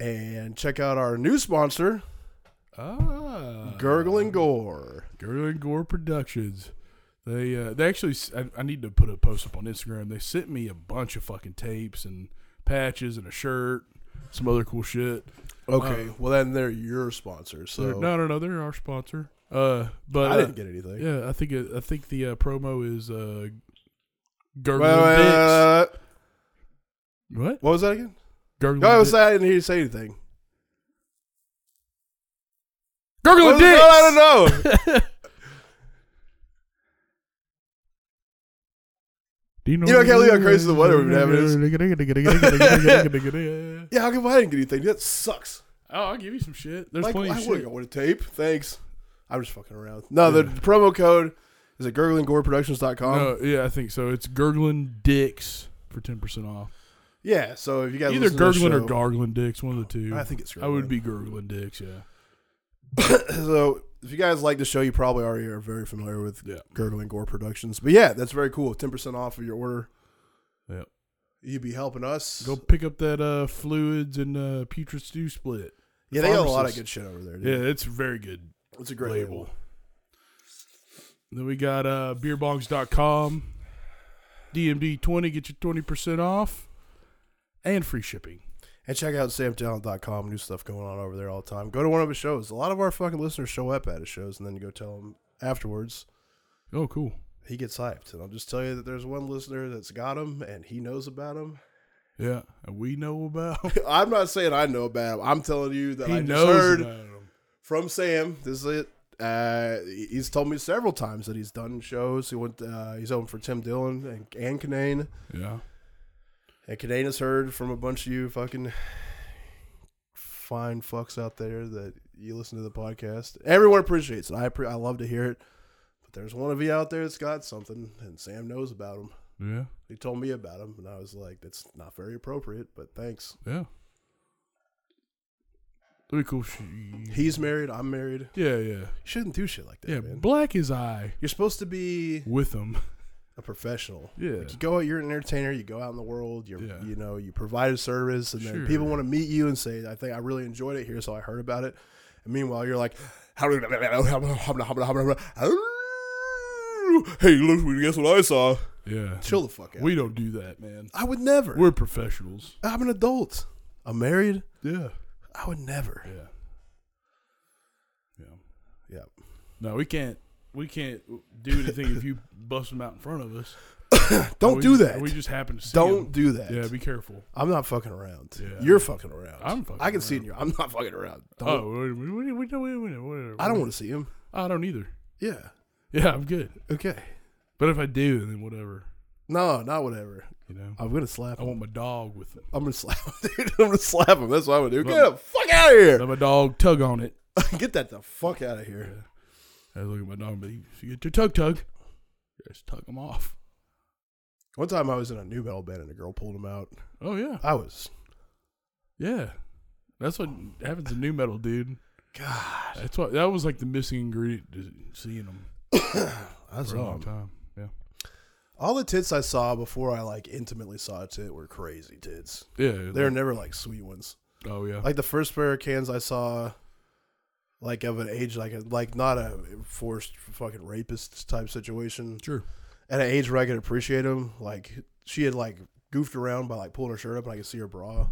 Speaker 2: and check out our new sponsor,
Speaker 1: Ah.
Speaker 2: Gurgling Gore.
Speaker 1: Girl and Gore Productions. They uh, they actually s- I, I need to put a post up on Instagram. They sent me a bunch of fucking tapes and patches and a shirt, some other cool shit.
Speaker 2: Okay,
Speaker 1: Uh,
Speaker 2: well then they're your sponsor.
Speaker 1: They're-
Speaker 2: So
Speaker 1: no, no, no, they're our sponsor. Uh, but
Speaker 2: I
Speaker 1: uh,
Speaker 2: didn't get anything.
Speaker 1: yeah, I think it, I think the uh, promo is uh,
Speaker 2: Wait,
Speaker 1: gurgling
Speaker 2: wait, wait,
Speaker 1: dicks.
Speaker 2: wait, wait.
Speaker 1: What?
Speaker 2: uh, What was that again?
Speaker 1: Gurgling,
Speaker 2: No, I was
Speaker 1: Dicks.
Speaker 2: saying I didn't hear you say anything.
Speaker 1: gurgling
Speaker 2: What was- no,
Speaker 1: dicks.
Speaker 2: I don't know.
Speaker 1: Do
Speaker 2: You know, I can't believe how crazy the weather we've been having
Speaker 1: is.
Speaker 2: Yeah, how come I didn't get anything? That sucks.
Speaker 1: oh, I'll give you some shit. There's
Speaker 2: Like,
Speaker 1: plenty of
Speaker 2: I would
Speaker 1: shit.
Speaker 2: have got a tape. Thanks. I'm just fucking around. No, the promo code is at gurglinggoreproductions.com.
Speaker 1: No, Uh, yeah, I think so. It's gurgling dicks for ten percent off.
Speaker 2: Yeah, so if you guys
Speaker 1: Either
Speaker 2: listen to this
Speaker 1: gurgling or
Speaker 2: show-
Speaker 1: gargling dicks, one of the two.
Speaker 2: I think it's
Speaker 1: I would
Speaker 2: gurgling.
Speaker 1: be gurgling dicks. Yeah.
Speaker 2: So if you guys like the show, you probably already are very familiar with
Speaker 1: Yeah.
Speaker 2: Gurgling Gore Productions. But yeah, that's very cool. Ten percent off of your order.
Speaker 1: Yep.
Speaker 2: You'd be helping us.
Speaker 1: Go pick up that uh, fluids and uh, putrid stew split.
Speaker 2: yeah, they got a lot of
Speaker 1: pharmacist.
Speaker 2: good shit over there.
Speaker 1: Yeah,
Speaker 2: Dude.
Speaker 1: it's very good.
Speaker 2: it's a great label.
Speaker 1: label. Then we got uh, beerbongs.com, DMD20, get your 20% off, and free shipping.
Speaker 2: And check out samtalent.com. New stuff going on over there all the time. Go to one of his shows. A lot of our fucking listeners show up at his shows, and then you go tell him afterwards.
Speaker 1: Oh, cool.
Speaker 2: He gets hyped, and I'll just tell you that there's one listener that's got him, and he knows about him.
Speaker 1: Yeah, and we know about.
Speaker 2: I'm not saying I know about him. I'm telling you that
Speaker 1: he
Speaker 2: I just
Speaker 1: knows
Speaker 2: heard
Speaker 1: about 'em.
Speaker 2: from Sam. This is it. Uh, he's told me several times that he's done shows. He went. Uh, he's open for Tim Dillon and, and Canane.
Speaker 1: Yeah.
Speaker 2: And Canane has heard from a bunch of you fucking fine fucks out there that you listen to the podcast. Everyone appreciates it. I appre I love to hear it. But there's one of you out there that's got something, and Sam knows about him.
Speaker 1: Yeah.
Speaker 2: He told me about him, and I was like, "That's not very appropriate." But thanks.
Speaker 1: Yeah. That'd be cool. if she-
Speaker 2: He's married. I'm married. You
Speaker 1: yeah, yeah.
Speaker 2: shouldn't do shit like that,
Speaker 1: Yeah,
Speaker 2: man.
Speaker 1: black is I
Speaker 2: You're supposed to be
Speaker 1: with him.
Speaker 2: a professional.
Speaker 1: Yeah.
Speaker 2: Like you go out, you're an entertainer, you go out in the world, you're
Speaker 1: Yeah.
Speaker 2: you know, you provide a service and
Speaker 1: Sure.
Speaker 2: then people want to meet you and say, I think I really enjoyed it here, so I heard about it. And meanwhile you're like Hey look, guess what I saw?
Speaker 1: Yeah.
Speaker 2: Chill the fuck out.
Speaker 1: We don't do that, man.
Speaker 2: I would never.
Speaker 1: We're professionals.
Speaker 2: I'm an adult. I'm married.
Speaker 1: Yeah.
Speaker 2: I would never.
Speaker 1: Yeah. Yeah.
Speaker 2: Yeah.
Speaker 1: No, we can't. We can't do anything if you bust them out in front of us.
Speaker 2: Don't
Speaker 1: We-
Speaker 2: do that.
Speaker 1: We just happen to see 'em.
Speaker 2: Don't do that.
Speaker 1: Yeah, be careful.
Speaker 2: I'm not fucking around.
Speaker 1: Yeah.
Speaker 2: You're fucking around.
Speaker 1: I'm fucking
Speaker 2: I can see
Speaker 1: around.
Speaker 2: you. I'm not fucking around. Don't-
Speaker 1: Oh, wait, wait, wait, wait, wait, wait, wait, wait.
Speaker 2: I don't want to see him.
Speaker 1: I don't either.
Speaker 2: Yeah.
Speaker 1: Yeah, I'm good.
Speaker 2: Okay.
Speaker 1: But if I do, then whatever.
Speaker 2: No, not whatever.
Speaker 1: You know,
Speaker 2: I'm gonna slap
Speaker 1: I
Speaker 2: him.
Speaker 1: want my dog with me.
Speaker 2: I'm gonna slap him, dude. I'm gonna slap him. That's what I'm gonna do. Get
Speaker 1: Well-
Speaker 2: the fuck out of here.
Speaker 1: Let my dog tug on it.
Speaker 2: Get that the fuck out of here.
Speaker 1: I look at my dog, but you get your tug tug. Just tug them off.
Speaker 2: One time I was in a new metal band and a girl pulled him out.
Speaker 1: Oh yeah,
Speaker 2: I was
Speaker 1: yeah. That's what happens in new metal, dude.
Speaker 2: God.
Speaker 1: That's what that was like the missing ingredient to seeing them
Speaker 2: That's
Speaker 1: for a long
Speaker 2: wrong.
Speaker 1: time. Yeah,
Speaker 2: All the tits I saw before I like intimately saw a tit were crazy tits.
Speaker 1: yeah.
Speaker 2: They're never like sweet ones.
Speaker 1: oh yeah.
Speaker 2: Like the first pair of cans I saw, like of an age like a, like not a forced fucking rapist type situation.
Speaker 1: sure.
Speaker 2: at an age where I could appreciate him. Like she had like goofed around by like pulling her shirt up, and I could see her bra.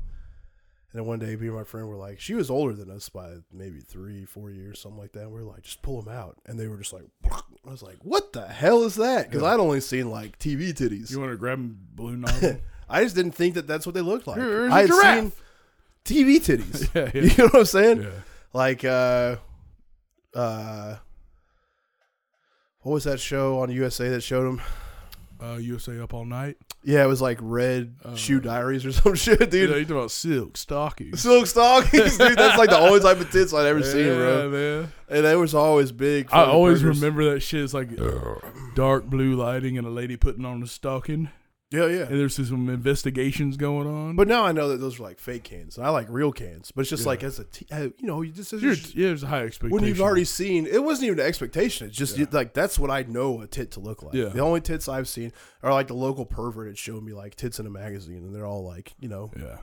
Speaker 2: And then one day, me and my friend were like, she was older than us by maybe three, four years, something like that. And we were like, just pull them out, and they were just like, I was like, what the hell is that? Because I'd only seen like TV titties.
Speaker 1: You want to grab them balloon nozzle?
Speaker 2: I just didn't think that that's what they looked like.
Speaker 1: Here's
Speaker 2: I
Speaker 1: a
Speaker 2: had seen
Speaker 1: giraffe.
Speaker 2: TV titties.
Speaker 1: Yeah, yeah.
Speaker 2: You know what I'm saying?
Speaker 1: yeah.
Speaker 2: like uh uh what was that show on USA that showed him?
Speaker 1: Uh, USA up all night.
Speaker 2: Yeah, it was like Red
Speaker 1: Uh,
Speaker 2: Shoe Diaries or some shit,
Speaker 1: Dude,
Speaker 2: dude.
Speaker 1: you talking about silk stockings?
Speaker 2: Silk stockings, dude. That's like the only type of tits I'd ever seen, bro.
Speaker 1: man.
Speaker 2: And they was always big.
Speaker 1: I always
Speaker 2: fucking burgers.
Speaker 1: remember that shit. It's like dark blue lighting and a lady putting on a stocking.
Speaker 2: Yeah, yeah.
Speaker 1: And there's some investigations going on.
Speaker 2: But now I know that those are like fake cans, and I like real cans. But it's just like as a, t- uh, you know, you just as
Speaker 1: You're,
Speaker 2: you're,
Speaker 1: yeah, there's a high expectation.
Speaker 2: when you've already seen, it wasn't even an expectation. It's just
Speaker 1: Yeah.
Speaker 2: like that's what I know a tit to look like.
Speaker 1: Yeah.
Speaker 2: The only tits I've seen are like the local pervert had showed me like tits in a magazine, and they're all like you know
Speaker 1: yeah.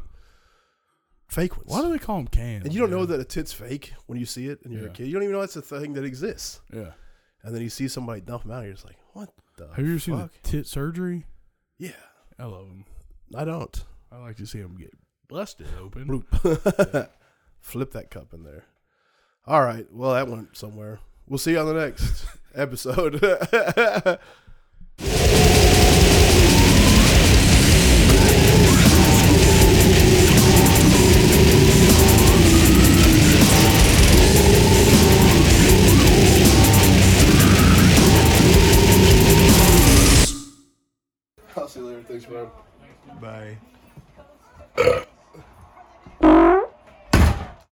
Speaker 2: fake ones.
Speaker 1: Why do they call them cans?
Speaker 2: and you don't know
Speaker 1: man?
Speaker 2: that a tit's fake when you see it, and you're
Speaker 1: Yeah.
Speaker 2: a kid. You don't even know that's a thing that exists.
Speaker 1: Yeah.
Speaker 2: And then you see somebody dump them out, you're just like, what the
Speaker 1: Have you ever seen the
Speaker 2: fuck?
Speaker 1: tit surgery?
Speaker 2: Yeah,
Speaker 1: I love them.
Speaker 2: I don't.
Speaker 1: I like to see them get busted open.
Speaker 2: Bloop. Flip that cup in there. All right. Well, that went somewhere. We'll see you on the next episode. I'll see you later. Thanks, bro.
Speaker 4: Bye.